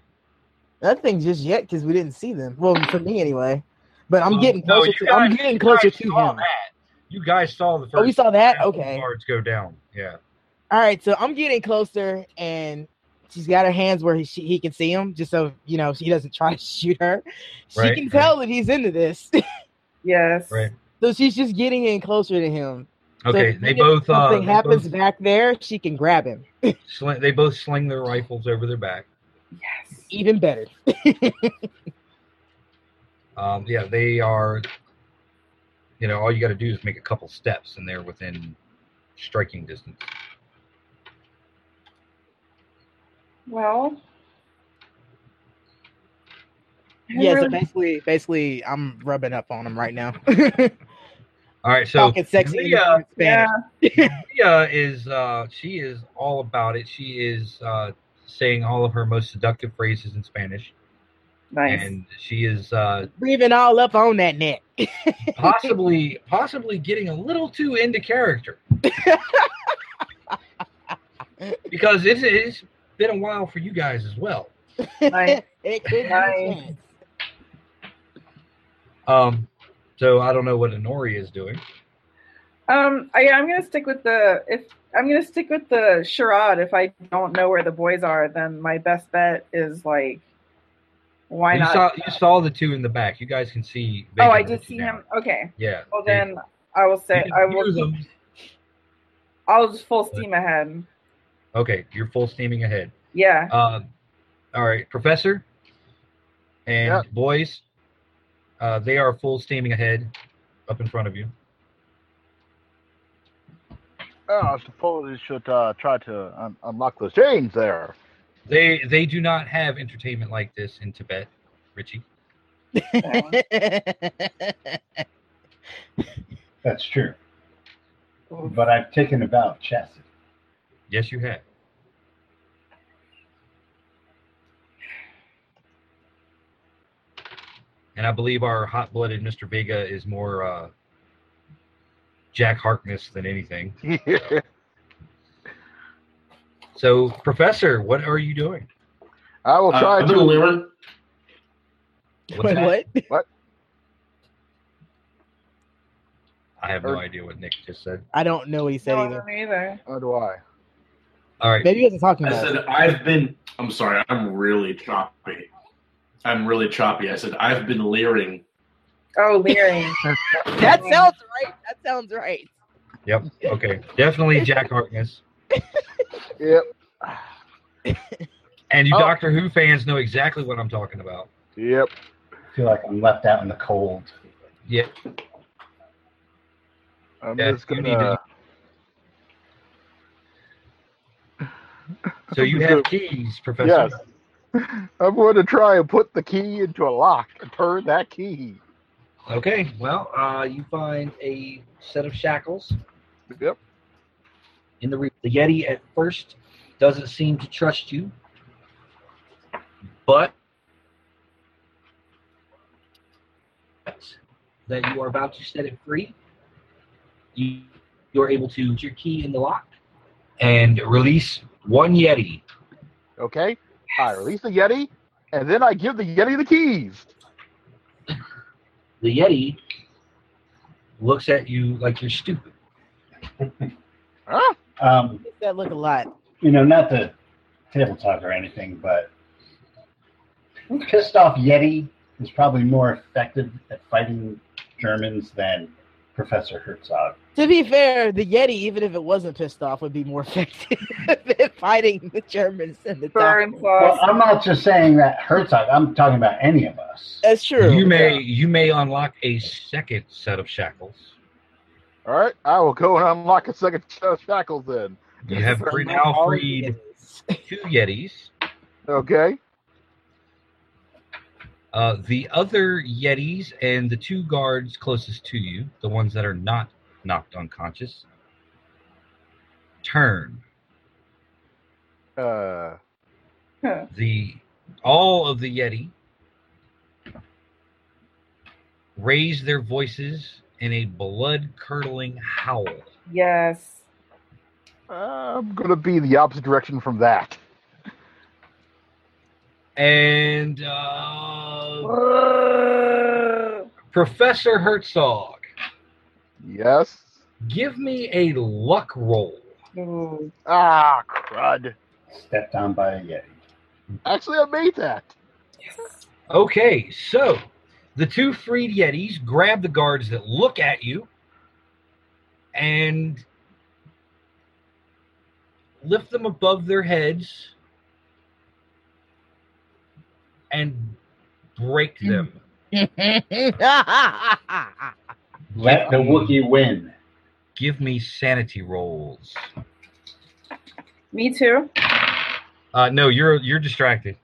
That thing just yet because we didn't see them. Well, for me anyway. But I'm Um, getting no, closer you to. I'm guys- getting you closer guys to saw him. that. You guys saw the first. Oh, we saw that. couple Okay. Guards go down. Yeah. All right, so I'm getting closer, and she's got her hands where he, she, he can see him, just so you know he doesn't try to shoot her. She Right, can right. tell that he's into this, Yes. Right. so she's just getting in closer to him. So Okay. if they both. Uh, something they happens both back there, she can grab him. sling, they both sling their rifles over their back. Yes. Even better. Um, yeah, they are. You know, all you got to do is make a couple steps, and they're within striking distance. Well. I Yeah, so really- basically, basically, I'm rubbing up on him right now. All right. So uh, Talking sexy in Leah- Spanish. yeah. Maria is uh, she is all about it. She is uh, saying all of her most seductive phrases in Spanish, Nice. and she is uh, breathing all up on that neck. possibly possibly getting a little too into character because it's, it's been a while for you guys as well. Nice. It could be a Nice. chance. Um, so I don't know what Honori is doing. Um, I, I'm gonna stick with the if I'm gonna stick with the charade. If I don't know where the boys are, then my best bet is like, why you not? saw you saw the two in the back. You guys can see. they oh, can I reach did see you now. him. Okay, Yeah. well they- then I will you say can I hear will. them. I'll just full steam ahead. Okay, you're full steaming ahead. Yeah. Uh, all right, Professor and Yeah. boys, uh, they are full steaming ahead, up in front of you. Oh, I suppose we should uh, try to un- unlock those chains there. They they do not have entertainment like this in Tibet, Richie. That's true. But I've taken about chastity. Yes, you have. And I believe our hot-blooded Mr. Vega is more uh, Jack Harkness than anything. So, Professor, what are you doing? I will Uh, try I've been to. living. What's Wait, that? what? I have no Or- idea what Nick just said. I don't know what he said no, I either. don't know either. How do I? All right. Maybe he wasn't talking I about. said, it. I've been. I'm sorry, I'm really choppy. I'm really choppy. I said, I've been leering. Oh, leering. That sounds right. That sounds right. Yep. Okay. Definitely Jack Harkness. Yep. And you Oh. Doctor Who fans know exactly what I'm talking about. Yep. I feel like I'm left out in the cold. Yeah. I'm Yeah, just you gonna. need to- So you Good. have keys, Professor. yes. I'm going to try and put the key into a lock and turn that key. Okay, well, uh, you find a set of shackles Yep. in the reef. The Yeti at first doesn't seem to trust you, but that you are about to set it free, you you're able to put your key in the lock and release one Yeti. Okay. I release the Yeti, and then I give the Yeti the keys. The Yeti looks at you like you're stupid. Huh? Um, That look a lot. you know, not the table talk or anything, but pissed off Yeti is probably more effective at fighting Germans than Professor Herzog. To be fair, the Yeti, even if it wasn't pissed off, would be more effective at fighting the Germans and the Burn doctors. sauce. Well, I'm not just saying that Herzog. I'm talking about any of us. That's true. You may you may unlock a second set of shackles. All right. I will go and unlock a second set of shackles then. You have free, now freed two Yetis. Okay. Uh, the other Yetis and the two guards closest to you, the ones that are not knocked unconscious, turn. Uh, Huh. The all of the Yeti raise their voices in a blood curdling howl. Yes. I'm going to be the opposite direction from that. And uh, Professor Herzog, Yes. give me a luck roll. Ooh. Ah, crud. Stepped on by a Yeti. Actually, I made that. Yes. Okay, so the two freed Yetis grab the guards that look at you and lift them above their heads and break them. Let the Wookiee win. Give me sanity rolls. Me too. Uh, no, you're you're distracted.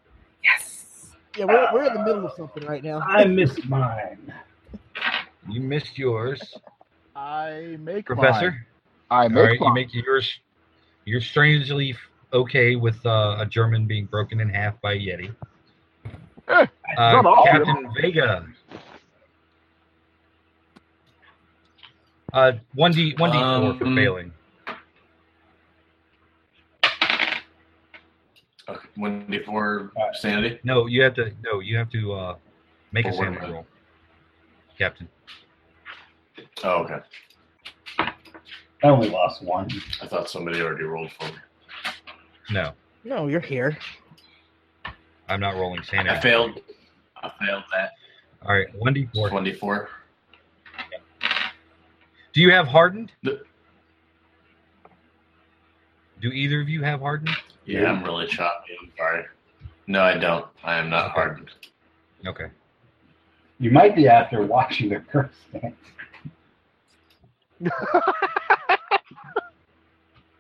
Yes. yeah, we're, we're in the middle of something right now. I missed mine. You missed yours, I make Professor. mine. I All make right, you mine. make yours. You're strangely f- okay with uh, a German being broken in half by a Yeti. Uh, Eh, not all of them. Captain Vega. Uh, one D, one D four for Um, failing. Okay, one d four sanity. No, you have to. No, you have to uh, make a Oh, wait a sanity minute. roll, Captain. Oh, okay. I only lost one. I thought somebody already rolled for me. No, No, you're here. I'm not rolling sanity. I failed. I failed that. All right, one D four. One d four. Do you have hardened? The- Do either of you have hardened? Yeah, I'm really choppy. I'm sorry. No, I don't. I am not Okay. hardened. Okay. You might be after watching the curse dance.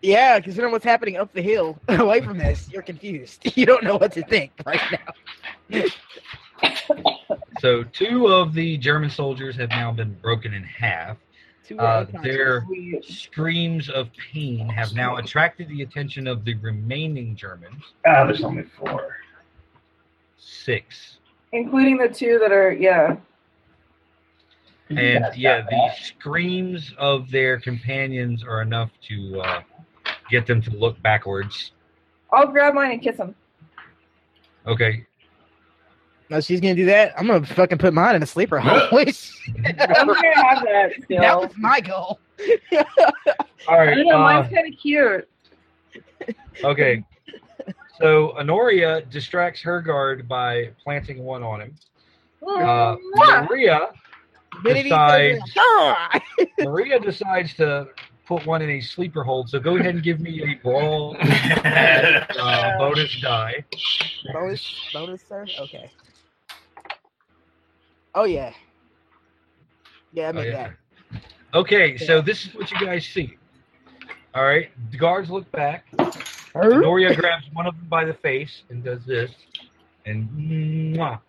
Yeah, considering what's happening up the hill away from this, you're confused. You don't know what to think right now. So two of the German soldiers have now been broken in half. Two Uh, unconscious. they're- Sweet. Screams of pain have now attracted the attention of the remaining Germans. Ah, there's only four. Six. Including the two that are, yeah. You And guys yeah, got the that. screams of their companions are enough to uh, get them to look backwards. I'll grab mine and kiss him. Okay. No, she's gonna do that. I'm gonna fucking put mine in a sleeper home. I'm gonna have that still. that was my goal. All I right. don't know, uh, mine's kind of cute. okay. So Honoria distracts her guard by planting one on him. Uh, Maria Benedict Decide. says, "Ah!" Maria decides to put one in a sleeper hold. So go ahead and give me a brawl uh, bonus die. bonus, bonus, sir. Okay. Oh yeah. Yeah, I Oh, meant yeah. Okay, so this is what you guys see. All right, the guards look back. that. Noria grabs one of them by the face and does this. and mwah.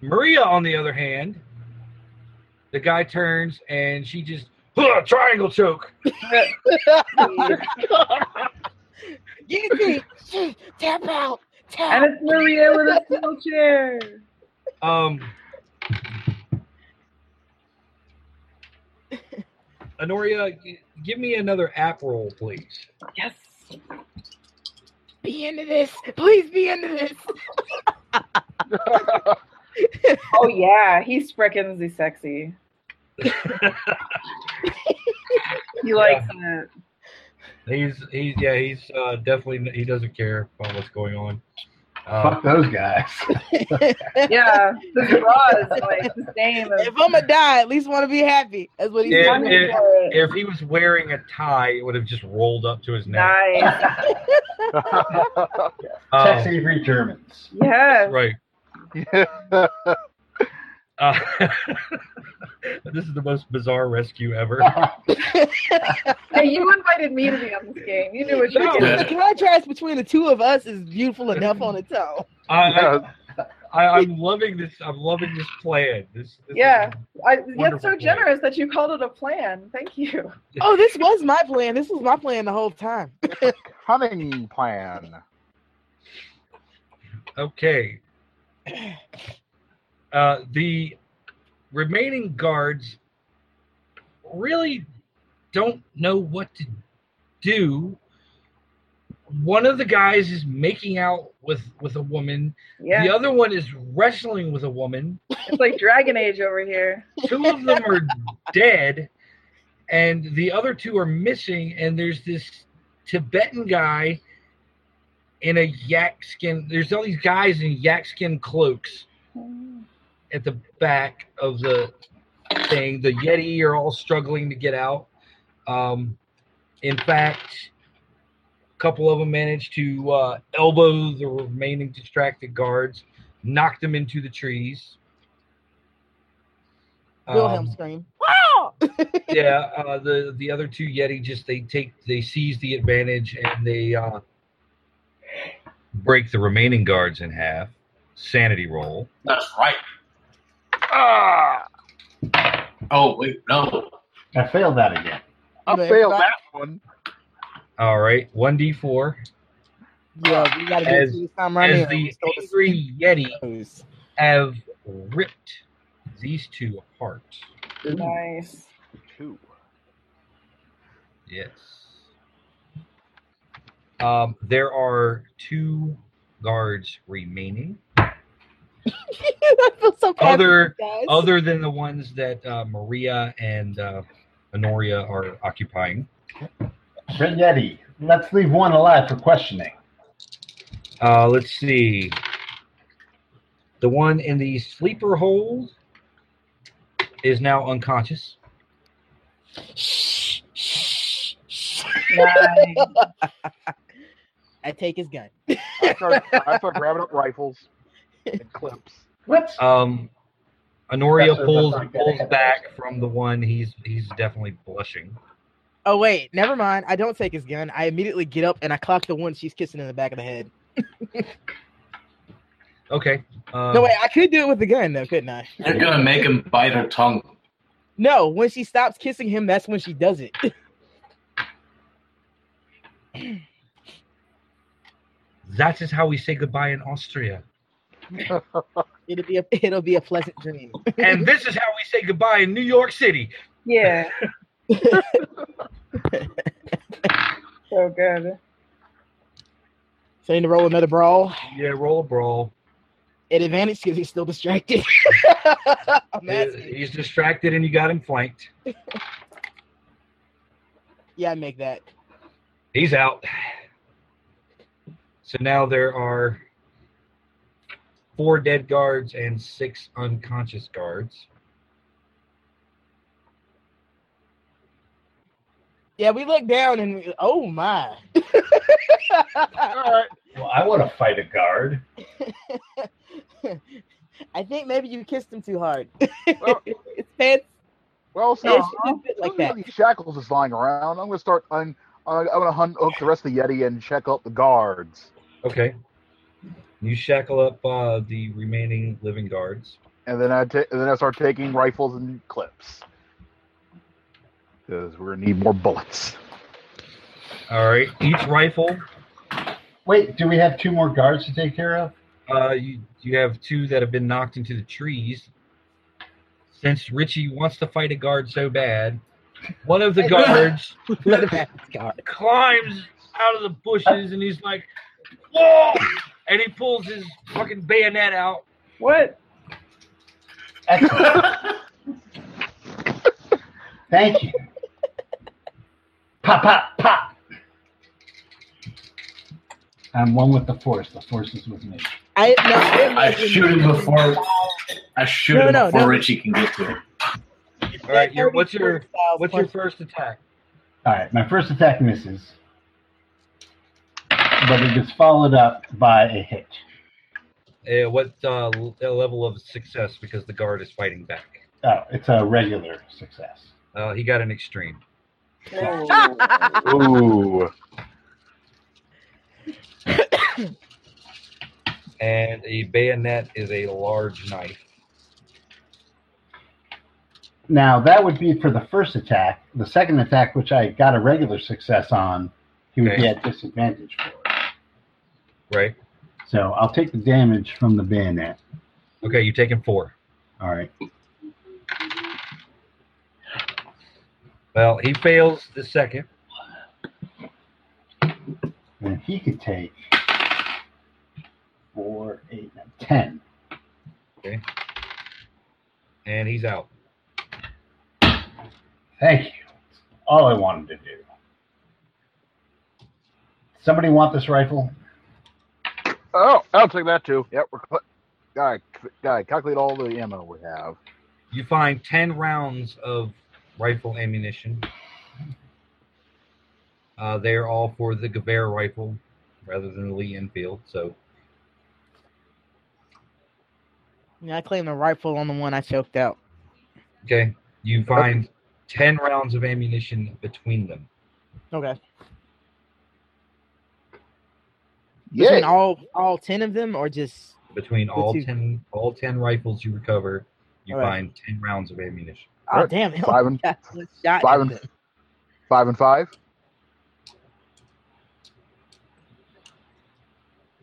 Maria, on the other hand, the guy turns and she just "Huh, triangle choke. Guillotine! Shh, Tap out! Tap! And it's Maria with a steel chair. Um, Honoria, g- give me another app roll, please. Yes. Be into this! Please be into this! Oh yeah, he's freaking sexy. He likes it. He's he's yeah he's uh, definitely he doesn't care about what's going on. Uh, Fuck those guys. Yeah, this bra is like the same. As, If I'm gonna die, at least want to be happy. That's what he's Yeah, yeah, I'm here for it. if he was wearing a tie, it would have just rolled up to his neck. Nice. Um, Tex Avery Germans. Yes. right. Yeah. Uh, this is the most bizarre rescue ever. Hey, you invited me to be on this game. You knew what you were No. getting. The contrast between the two of us is beautiful enough on its own. I, I, I, am loving this. I'm loving this plan. This, this Yeah. I, that's Wonderful so plan. generous that you called it a plan. Thank you. Oh, this was my plan. This was my plan the whole time. Cunning plan. Okay. Uh, the remaining guards really don't know what to do. One of the guys is making out with with a woman. Yeah. The other one is wrestling with a woman. It's like Dragon Age over here. Two of them are dead, and the other two are missing. And there's this Tibetan guy in a yak skin. There's all these guys in yak skin cloaks Mm. at the back of the thing. The Yeti are all struggling to get out. Um, in fact, a couple of them managed to uh, elbow the remaining distracted guards, knock them into the trees. Wilhelm Um, scream. yeah, uh, the the other two Yeti just they take they seize the advantage and they uh, break the remaining guards in half. Sanity roll. That's right. Ah, Oh wait, no. I failed that again. I But failed if I- that one. All right, one d four. Yeah, we gotta do As- it this time right As here. the We stole the angry Yeti screws. have ripped these two apart. Nice. Two. Yes. Um, there are two guards remaining, I feel so bad Other- for you guys. other than the ones that uh, Maria and uh, Honoria are occupying. Brent Yeti, let's leave one alive for questioning. Uh, let's see. The one in the sleeper hold is now unconscious. Shh, shh, shh. Nice. I take his gun. I start, I start grabbing up rifles and clips. Let's Um, Honoria That's- that's pulls not good. pulls back from the one. He's he's definitely blushing. Oh wait, never mind. I don't take his gun. I immediately get up and I clock the one she's kissing in the back of the head. Okay. Um, No wait, I could do it with the gun though, couldn't I? You're gonna make him bite her tongue. No, when she stops kissing him, that's when she does it. That is how we say goodbye in Austria. It'll be a it'll be a pleasant dream. and this is how we say goodbye in New York City. Yeah. so good. So I need to roll another brawl Yeah, roll a brawl. at advantage because he's still distracted. I'm asking. He's distracted and you got him flanked. Yeah, I make that. He's out. So now there are four dead guards and six unconscious guards. Yeah, we look down and we, oh my. Well, I want to fight a guard. I think maybe you kissed him too hard. it's pants. Well, No, so it shouldn't fit like that. These shackles is lying around. I'm gonna start. Un- I'm gonna unhook the rest of the Yeti and check out the guards. Okay. You shackle up uh, the remaining living guards. and then I ta- and then I start taking rifles and clips because we're gonna need more bullets. All right. Each rifle, Wait, do we have two more guards to take care of? uh, you you have two that have been knocked into the trees. Since Richie wants to fight a guard so bad, one of the guards Let it pass, guard. climbs out of the bushes and he's like, "Whoa!" And he pulls his fucking bayonet out. What? Excellent. Thank you. Pop, pop, pop. I'm one with the force. The force is with me. I no. I I imagine- shoot him before. I shoot No, him no, before no. Richie can get to him. All right, your- what's your- Styles What's your plus- first attack? All right, my first attack misses, but it is followed up by a hit. Uh, what uh, l- level of success because the guard is fighting back? Oh, it's a regular success. Uh, he got an extreme. Ooh, And a bayonet is a large knife. Now that would be for the first attack. The second attack, which I got a regular success on, he would be Okay. at disadvantage for. Right. So I'll take the damage from the bayonet. Okay, you're taking four. All right. Well, he fails the second. And he could take four, eight, nine, ten. and he's out. Thank you. All I wanted to do. Somebody want this rifle? oh, I'll take that too. Yep, we're cl- guy, guy, calculate all the ammo we have. You find 10 rounds of rifle ammunition. Uh, they are all for the Gewehr rifle rather than the Lee Enfield. So, Yeah, I claimed the rifle on the one I choked out. okay, you find 10 rounds of ammunition between them. Okay. Between Yeah, all all ten of them, or just Between all Between- 10 all 10 rifles you recover, you All right. find 10 rounds of ammunition. oh Alright, damn it! five and- Yeah, let's shot five at and- them. five and five.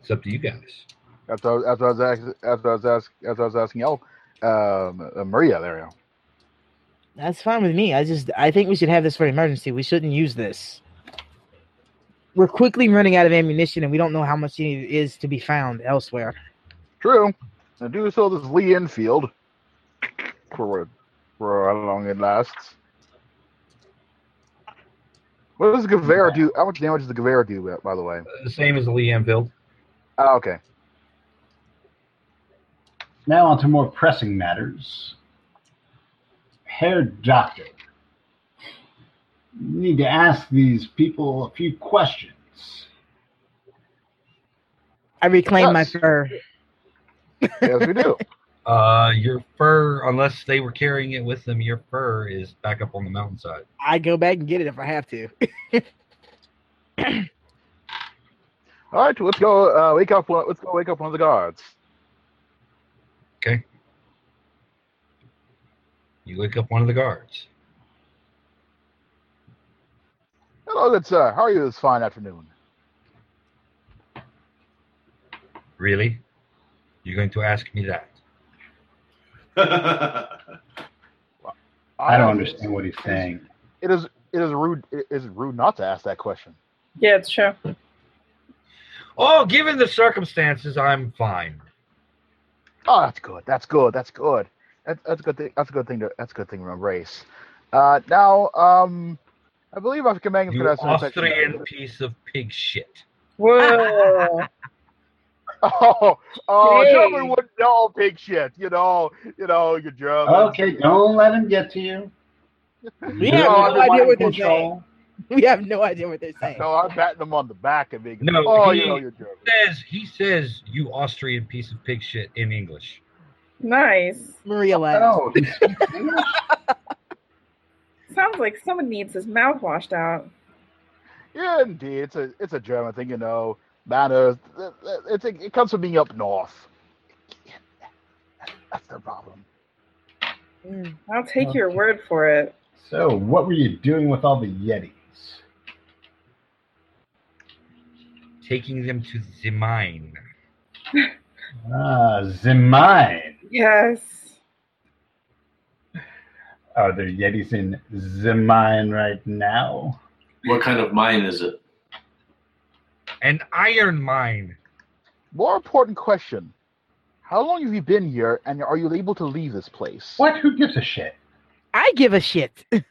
It's up to you guys. After I was, after I was, ask, after I was, ask, after I was asking y'all, um, uh, Maria, there we go. That's fine with me. I just I think we should have this for emergency. We shouldn't use this. We're quickly running out of ammunition, and we don't know how much it is to be found elsewhere. True. I do so this Lee Enfield for for how long it lasts. What does Guevara do? How much damage does the Guevara do, by the way? Uh, The same as the Lee Enfield. Ah, okay. Now on to more pressing matters. Hair doctor. You need to ask these people a few questions. I reclaimed Yes. my fur. Yes, we do. Uh, your fur, unless they were carrying it with them, your fur is back up on the mountainside. I go back and get it if I have to. All right, let's go. Uh, wake up! one- Let's go wake up one of the guards. You wake up one of the guards. Hello, good sir. How are you this fine afternoon? Really? You're going to ask me that? I don't understand what he's saying. It is. It is rude. It is rude not to ask that question. Yeah, it's true. Oh, given the circumstances, I'm fine. Oh, that's good. That's good. That's good. That's that's a good thing. That's a good thing to. That's a good thing to embrace. Uh, now, um, I believe I've commanded You Austrian piece of pig shit. Whoa. Oh, oh, Hey. German would know pig shit. You know, you know, you're German. Okay, don't let him get to you. We No, have no I don't idea want what they're saying. We have no idea what they're saying. So I'm patting them on the back and being, No, oh, he- you know, you're German. Says he says you Austrian piece of pig shit in English. Nice. Maria laughs. Oh, he speaks English? Sounds like someone needs his mouth washed out. Yeah, indeed, it's a it's a German thing, you know. manners. It, it, it- it comes from being up north. That's the problem. Mm, I'll take your word for it. So, what were you doing with all the Yetis? taking them to the mine. Ah, Zemine. Yes. Are there Yetis in Zemine right now? What kind of mine is it? An iron mine. More important question: How long have you been here, and are you able to leave this place? What? Who gives a shit? I give a shit.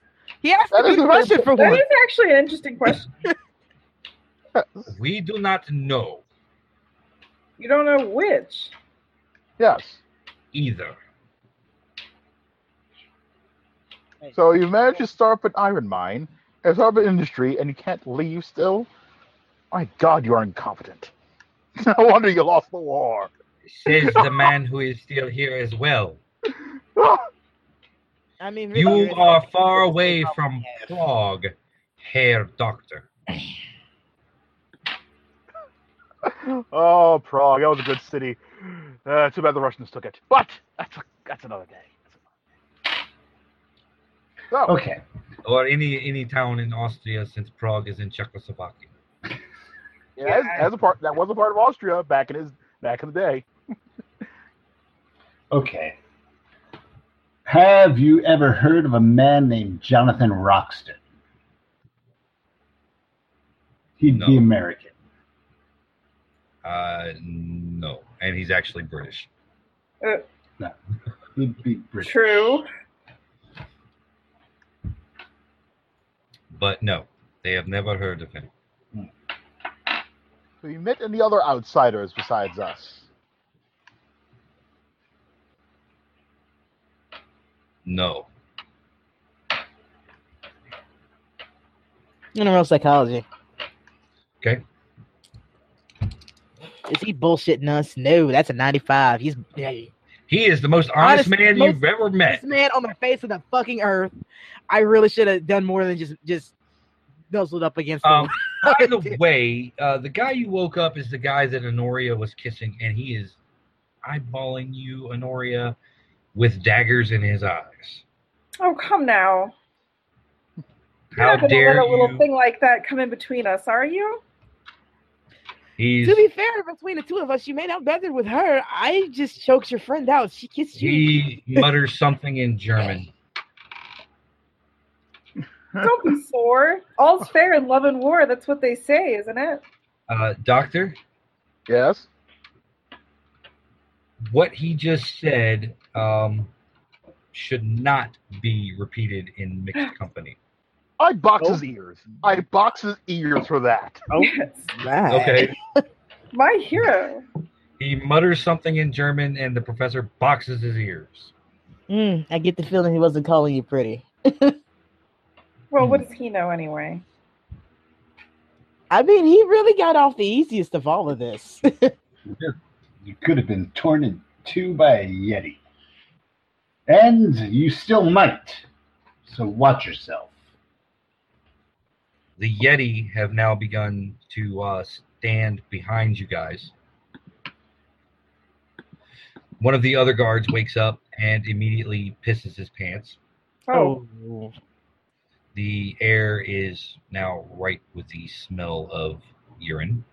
He asked That a is good a question for That one. is actually an interesting question. We do not know You don't know which. Yes. either. So you managed to start up an iron mine, and start up an industry, and you can't leave still. My God, you are incompetent. no wonder you lost the war. Says the man who is still here as well. I mean, really, You you're- are far away from Prague, Herr Doctor. oh, Prague, that was a good city. Uh, too bad the Russians took it. But that's that's another day. So, Okay. Or any any town in Austria since Prague is in Czechoslovakia. yeah, that's- that's a part that was a part of Austria back in his back in the day. Okay. Have you ever heard of a man named Jonathan Roxton? He'd be No. American. Uh no. And he's actually British. He'd be British. True. But no, they have never heard of him. So you met any other outsiders besides us? No. General psychology. Okay. Is he bullshitting us? No, that's a 95. He's yeah. He is the most honest, Honest- man most- you've ever met. This man on the face of the fucking earth. I really should have done more than just just nuzzled up against Um, him. by the way, uh, the guy you woke up is the guy that Honoria was kissing, and he is eyeballing you, Honoria, with daggers in his eyes. Oh, come now. You're How not gonna dare let a little you? thing like that come in between us, are you? He's to be fair, between the two of us, you made out better with her. I just choked your friend out. She kissed you. he mutters something in German. Don't be sore. All's fair in love and war. That's what they say, isn't it? Uh, doctor, Yes. what he just said um, should not be repeated in mixed company. I box his Nope. ears. I box his ears for that. Oh. Yes. Right. Okay. My hero. He mutters something in German, and the professor boxes his ears. Mm, I get the feeling he wasn't calling you pretty. Well, what does he know anyway? I mean, he really got off the easiest of all of this. You could have been torn in two by a Yeti. And you still might. So watch yourself. the Yeti have now begun to uh, stand behind you guys. One of the other guards wakes up and immediately pisses his pants. Oh, The air is now right with the smell of urine.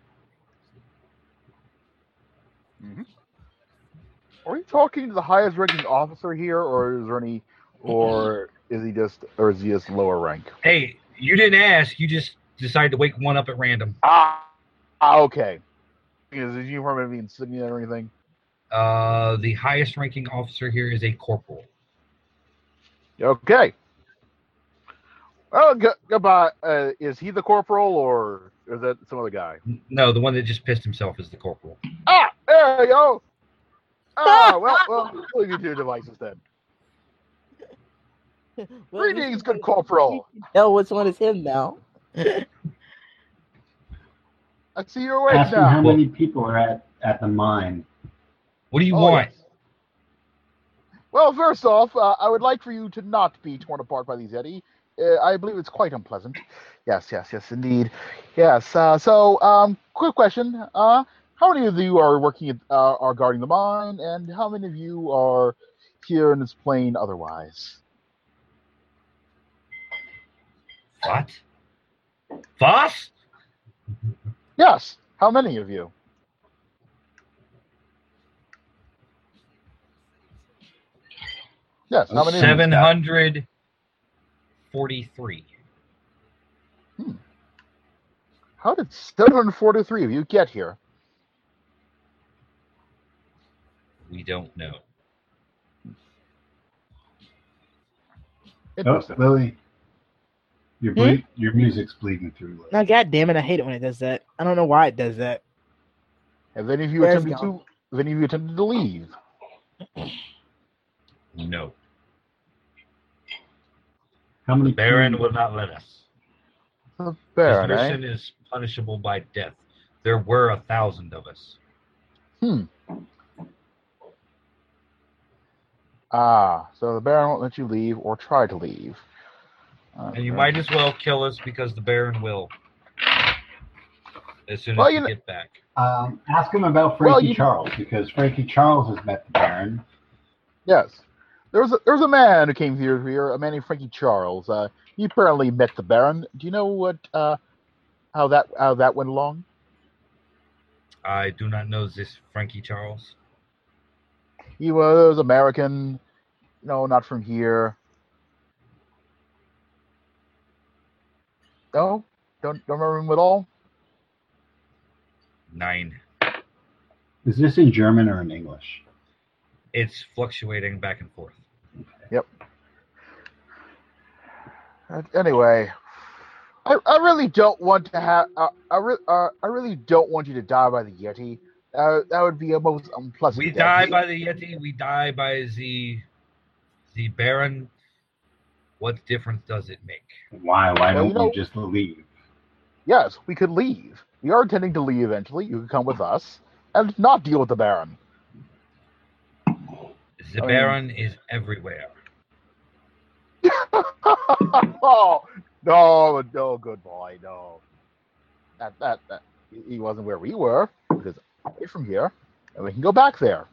Are you talking to the highest ranking officer here, or is there any, or is he just, or is he just lower rank? Hey, you didn't ask. You just decided to wake one up at random. Ah, ah, okay. Is his uniform have any insignia or anything? Uh, the highest ranking officer here is a corporal. Okay. Well, go- goodbye. Uh, is he the corporal, or is that some other guy? N- No, the one that just pissed himself is the corporal. Ah, there you go. Ah, well, well, we'll leave you to your devices then. Well, at least Greetings, we good can corporal. Tell which one is him now. I see you're awake Ask him now. how many people are at, at the mine. What do you Oh, want? yes. Well, first off, uh, I would like for you to not be torn apart by these Yeti. uh, I believe it's quite unpleasant. Yes, yes, yes, indeed. Yes. Uh, so, um, quick question: uh, How many of you are working at, uh, are guarding the mine, and how many of you are here in this plane otherwise? What? Was? Yes. How many of you? Yes. How many? of you? Seven hundred forty-three. How did 743 of you get here? We don't know. Oh, Interesting. Lily, your ble- your music's bleeding through. Lily. Now, god damn it, I hate it when it does that. I don't know why it does that. Have any of you Where's attempted gone? to? Have any of you attempted to leave? No. How many? Baron planes- will not let us. The This Baron, eh? mission is punishable by death. There were a thousand of us. Ah, so the Baron won't let you leave or try to leave. Uh, And you might as well kill us because the Baron will. As soon as Well, we you know- get back. Um, ask him about Frankie Well, you- Charles because Frankie Charles has met the Baron. Yes. There was, a, there was a man who came here, here a man named Frankie Charles. Uh, he apparently met the Baron. Do you know what uh, how that how that went along? I do not know this Frankie Charles. He was American, you know, not from here. No, don't don't remember him at all. Nine. Is this in German or in English? It's fluctuating back and forth. Uh, anyway, I, I really don't want to have I I, re, uh, I really don't want you to die by the Yeti. Uh, that would be a most unpleasant. We death. die by the Yeti. We die by the the Baron. What difference does it make? Why? Why don't Well, you you know- just leave? Yes, we could leave. We are intending to leave eventually. You could come with us and not deal with the Baron. The I mean- Baron is everywhere. oh no, no, good boy, no. That that that he- he wasn't where we were because away from here, and we can go back there.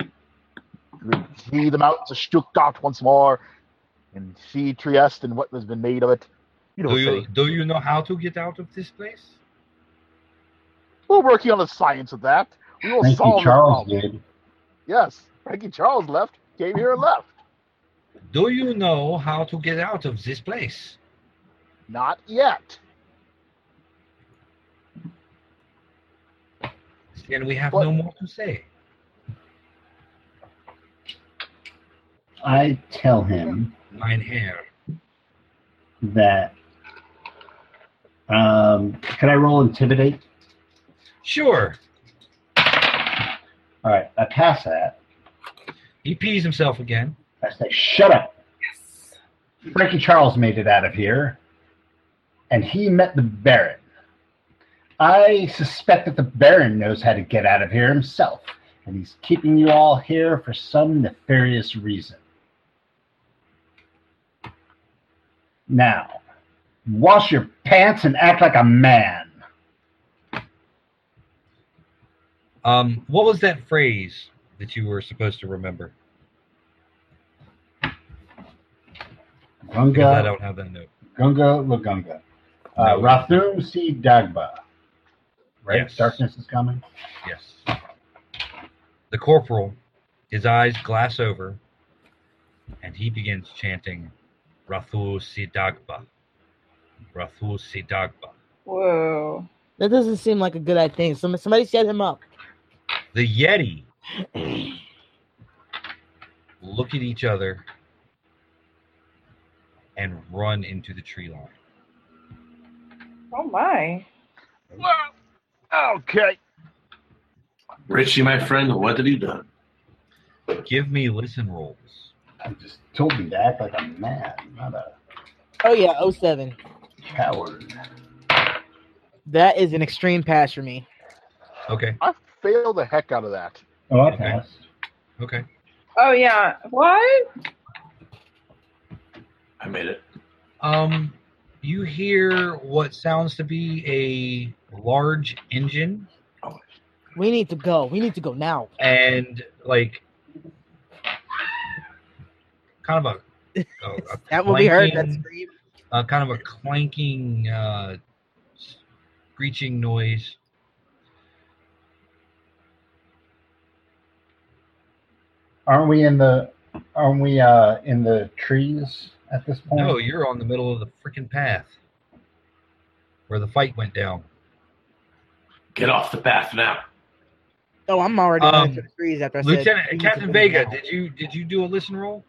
We can see the mountains of Stuttgart once more, and see Trieste and what has been made of it. You know, Do you say, do you know how to get out of this place? we're working on the science of that. We will Frankie solve the Charles problem. did. Yes, Frankie Charles left, came here and left. Do you know how to get out of this place? Not yet. Then we have What- no more to say. I tell him Mine hair. that. Um, can I roll intimidate? Sure. All right, I pass that. He pees himself again. I say, shut up. Yes. Frankie Charles made it out of here, and he met the Baron. I suspect that the Baron knows how to get out of here himself, and he's keeping you all here for some nefarious reason. Now, wash your pants and act like a man. Um, what was that phrase that you were supposed to remember? Because I Gunga, don't have that note. Gunga, Lagunga. Uh, No. Rathum Si Dagba. Right? Yes. Darkness is coming. Yes. The corporal, his eyes glass over, and he begins chanting Rathul Sidagba. Rathul Sidagba. Whoa. That doesn't seem like a good idea thing. Some, somebody set him up. The Yeti look at each other and run into the tree line. Oh my. Well, okay. Richie, my friend, what have you done? Give me listen rolls. You just told me to act like a man, not a Oh yeah, 07. coward. That is an extreme pass for me. Okay, I failed the heck out of that. Oh, I Okay. passed. okay. Oh yeah. What? made it. Um, you hear what sounds to be a large engine We need to go. We need to go now. and like kind of a, a, a That will be heard. clanking- That scream. uh, kind of a clanking, uh, screeching noise. Aren't we in the aren't we uh in the trees at this Uh-huh. point? No, you're on the middle of the freaking path where the fight went down. Get off the path now. Oh, I'm already Um, going to the trees after I said. we Lieutenant need to Captain go Vega, now. did you did you do a listen roll?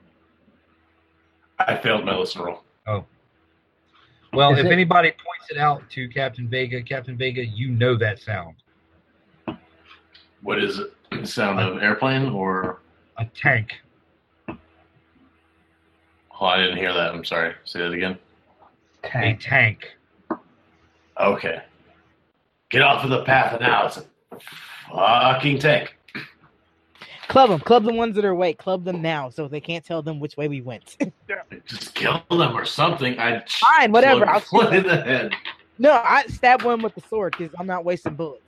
I failed my listen roll. Well, Is if it- anybody points it out to Captain Vega, Captain Vega, you know that sound. What is it? The sound of an airplane or? A tank. Oh, I didn't hear that. I'm sorry. Say that again. A Tank. tank. Okay. Get off of the path now. It's a fucking tank. Club them. Club the ones that are awake. Club them now, so they can't tell them which way we went. Just kill them or something. I'd Fine, whatever. I'll One in the head. no, I stab one with the sword because I'm not wasting bullets.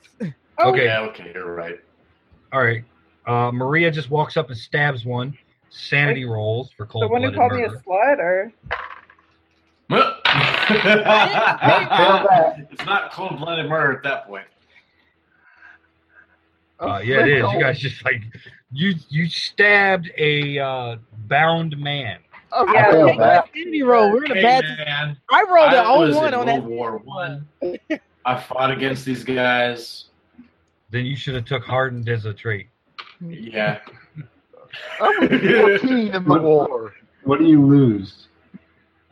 Okay. Yeah, okay, you're right. All right. Uh, Maria just walks up and stabs one. Sanity rolls for cold The one who blooded called me a murder. slut, or that. it's not cold blooded murder at that point. Uh, yeah, it is. Oh. You guys just like you you stabbed a uh, bound man. Oh, Yeah. I Take failed my that. sanity roll. We're in a Hey, bad. man, I rolled an I old was one in on that. World War One. I fought against these guys. Then you should have took hardened as a trait. Yeah. I was 14 in the war. What do you lose? Did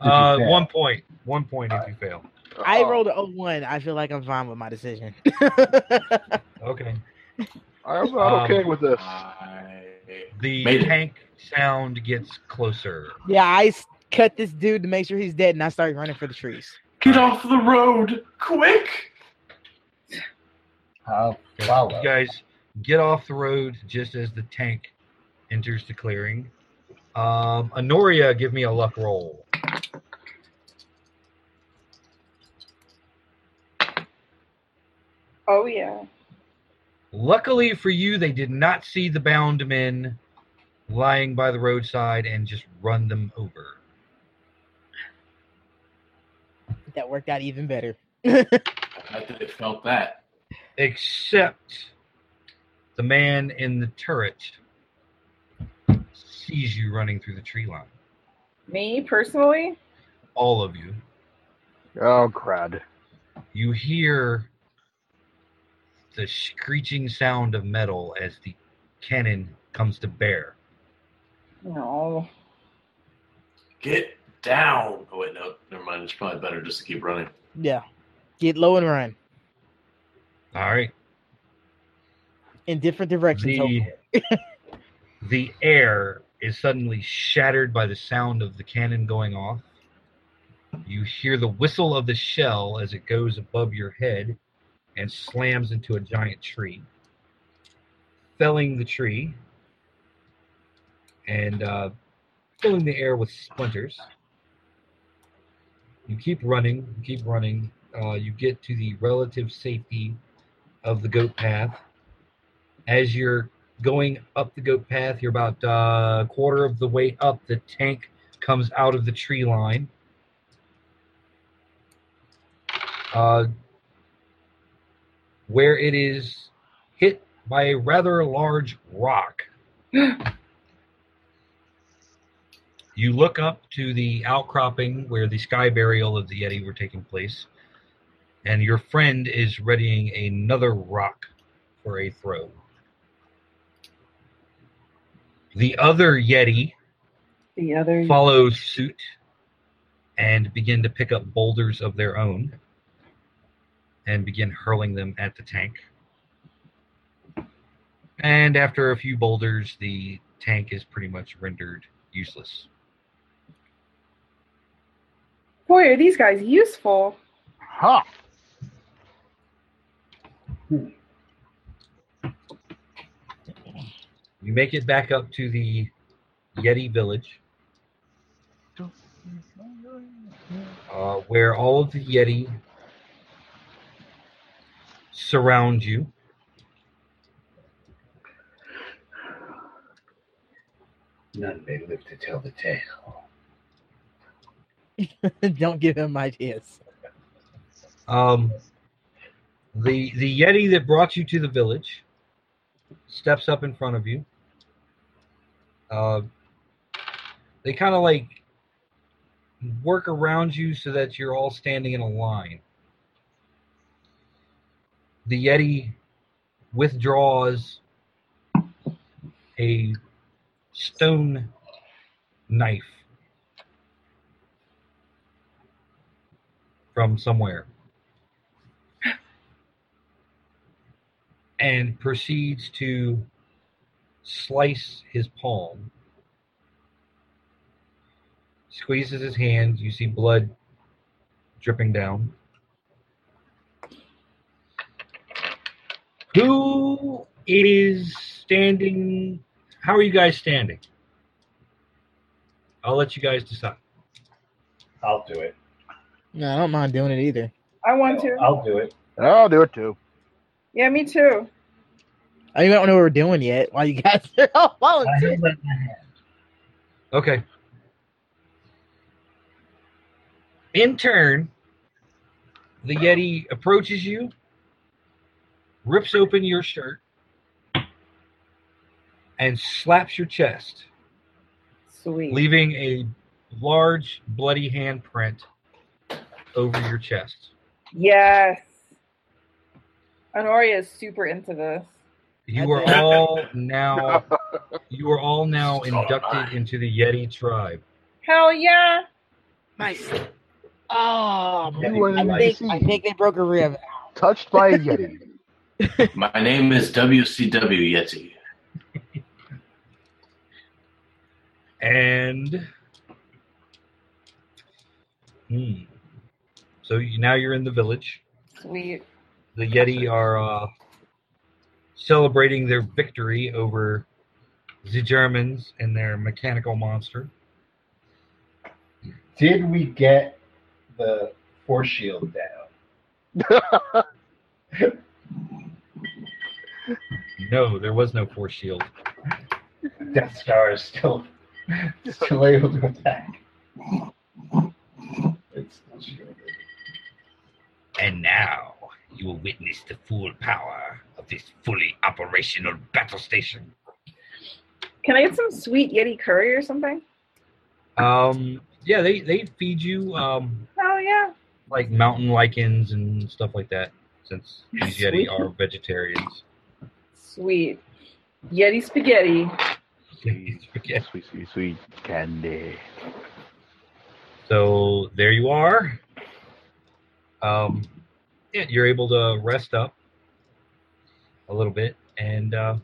you Uh, fail? one point. One point if you fail. I Oh, rolled an old one. I feel like I'm fine with my decision. Okay. I'm not um, okay with this. I The Made it. tank sound gets closer. yeah, I s- cut this dude to make sure he's dead, and I started running for the trees. Get off the road quick. I'll You follow. guys get off the road just as the tank enters the clearing. Um, Honoria, give me a luck roll. oh yeah, Luckily for you, they did not see the bound men lying by the roadside and just run them over. That worked out even better. I think they felt that. except the man in the turret sees you running through the tree line. me personally. All of you. Oh, crud. You hear the screeching sound of metal as the cannon comes to bear. No, Get down. Oh, wait, no. Never mind. It's probably better just to keep running. Yeah, get low and run All right. in different directions. The, the air is suddenly shattered by the sound of the cannon going off. You hear the whistle of the shell as it goes above your head and slams into a giant tree, felling the tree and uh, filling the air with splinters. You keep running, you keep running. Uh, you get to the relative safety of the goat path as you're going up the goat path, you're about uh, a quarter of the way up. The tank comes out of the tree line. Uh, where it is hit by a rather large rock. you look up to the outcropping where the sky burial of the Yeti were taking place, and your friend is readying another rock for a throw. The other Yeti the other. follow suit and begin to pick up boulders of their own and begin hurling them at the tank. And after a few boulders, the tank is pretty much rendered useless. Boy, are these guys useful. Huh. You make it back up to the Yeti village. uh, where all of the Yeti surround you. None may live to tell the tale. Don't give him ideas. Um, the the Yeti that brought you to the village steps up in front of you. Uh, they kind of like work around you so that you're all standing in a line. The Yeti withdraws a stone knife from somewhere. and proceeds to slice his palm. Squeezes his hand. You see blood dripping down. Who is standing? How are you guys standing? I'll let you guys decide. I'll do it. No, I don't mind doing it either. I want to. Oh, uh, I'll do it. I'll do it too. Yeah, me too. I don't even know what we're doing yet. While you guys are all I volunteering. held up my hand. Okay. In turn, the Yeti approaches you, rips open your shirt, and slaps your chest, Sweet. leaving a large bloody handprint over your chest. Yes. Honoria is super into this. You I are did. all now you are all now So am I. inducted into the Yeti tribe. Hell yeah. Nice. Oh, Yeti You are I an Nice. think, NPC. I think they broke a rib. Touched by a Yeti. My name is WCW Yeti. And hmm. so you, now you're in the village. Sweet. The Yeti are uh, celebrating their victory over the Germans and their mechanical monster. Did we get the force shield down? No, there was no force shield. Death Star is still still able to attack. It's And now you will witness the full power of this fully operational battle station. Can I get some sweet Yeti curry or something? Um, yeah, they they feed you um Hell yeah. like mountain lichens and stuff like that. Since these Yeti Sweet. are vegetarians. Sweet. Yeti spaghetti. Please forget. sweet, sweet, sweet candy. So there you are. Um, yeah, you're able to rest up a little bit, and uh,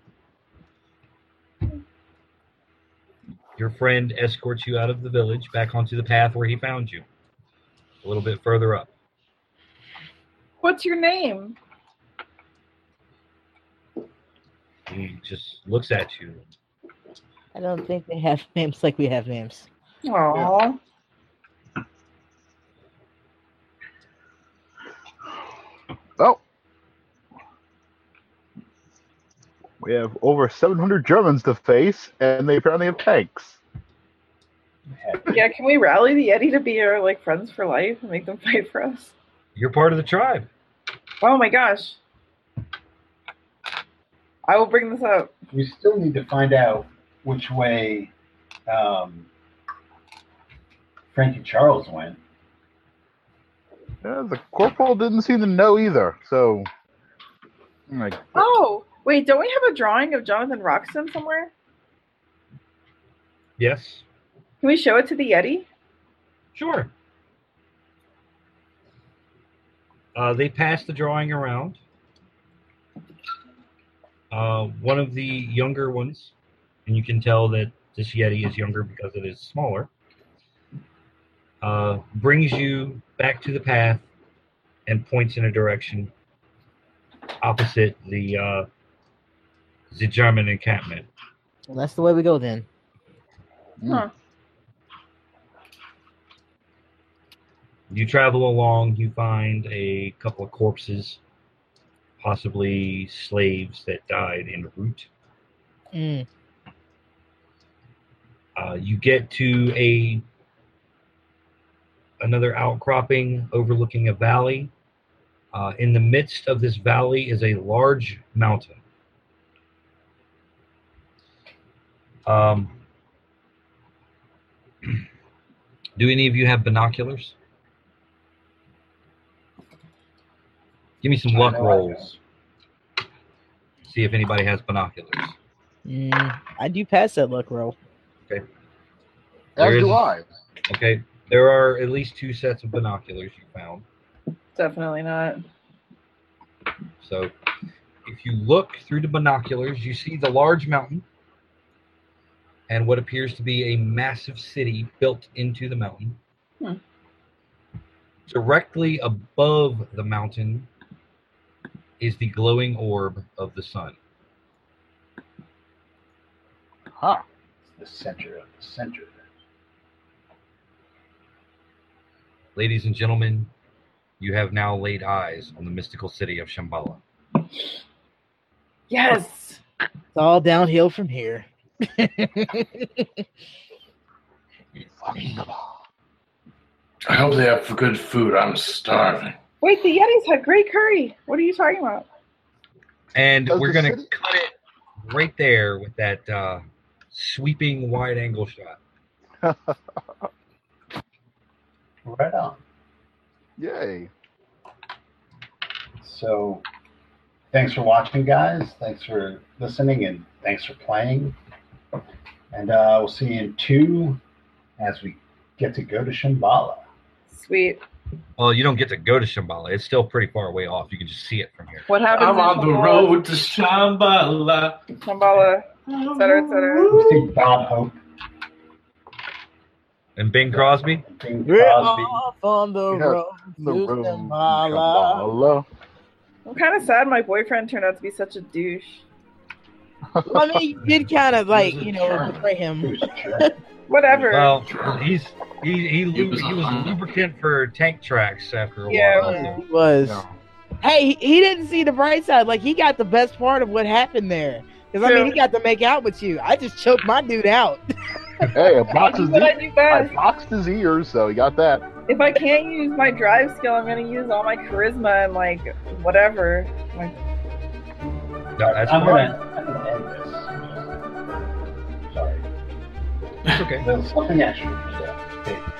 your friend escorts you out of the village back onto the path where he found you, a little bit further up. What's your name? He just looks at you. I don't think they have names like we have names. Aw. Well, we have over 700 Germans to face, and they apparently have tanks. Yeah, can we rally the Yeti to be our like friends for life and make them fight for us? You're part of the tribe. Oh my gosh. I will bring this up. we still need to find out which way um, Frankie Charles went. Yeah, the corporal didn't seem to know either, so. Like, Oh, wait, don't we have a drawing of Jonathan Roxton somewhere? Yes. Can we show it to the Yeti? Sure. Uh, they pass the drawing around. Uh, one of the younger ones, and you can tell that this Yeti is younger because it is smaller, uh, brings you back to the path and points in a direction opposite the uh, the German encampment. Well, that's the way we go then. mm, You travel along, you find a couple of corpses, possibly slaves that died en route. Mm. Uh, you get to a another outcropping overlooking a valley. Uh, in the midst of this valley is a large mountain. Um, do any of you have binoculars? Give me some luck know I rolls. See if anybody has binoculars. Mm. I do pass that luck roll. As There is- do I. Okay, there are at least two sets of binoculars you found. Definitely not. So if you look through the binoculars, you see the large mountain and what appears to be a massive city built into the mountain. Hmm. Directly above the mountain is the glowing orb of the sun. Huh. The center of the center. Ladies and gentlemen, you have now laid eyes on the mystical city of Shambhala. Yes. It's all downhill from here. Fucking the law. I hope they have good food. I'm starving. Wait, the Yetis had great curry. What are you talking about? And Does we're the going to city- cut it right there with that uh, sweeping wide angle shot. Right on. Yay. So, thanks for watching, guys. Thanks for listening, and thanks for playing. And uh, we'll see you in two as we get to go to Shambhala. Sweet. Well, you don't get to go to Shambhala. It's still pretty far away off. You can just see it from here. What happens? I'm in on the Shambhala- road to Shambhala. Shambhala, et cetera, et cetera. We see Bob Hope And Bing Crosby? and Bing We're Crosby. off on the Yeah, road. The to room. Shambhala. Shambhala. I'm kind of sad my boyfriend turned out to be such a douche. I mean, you did kind of like, you know, German. betray him. Who's jerk? Whatever. Well, he's he he, He lu- was he was on- lubricant for tank tracks after a Yeah, while. He was. Yeah. Hey, he- he didn't see the bright side. Like, he got the best part of what happened there. Because, I mean, True. he got to make out with you. I just choked my dude out. Hey, I I'll boxed do his, what I ear- do I best. boxed his ears, so he got that. If I can't use my drive skill, I'm gonna use all my charisma and like whatever. Like, No, that's I'm fine. gonna, I'm gonna end this. Sorry. It's okay. There's something extra. Yeah.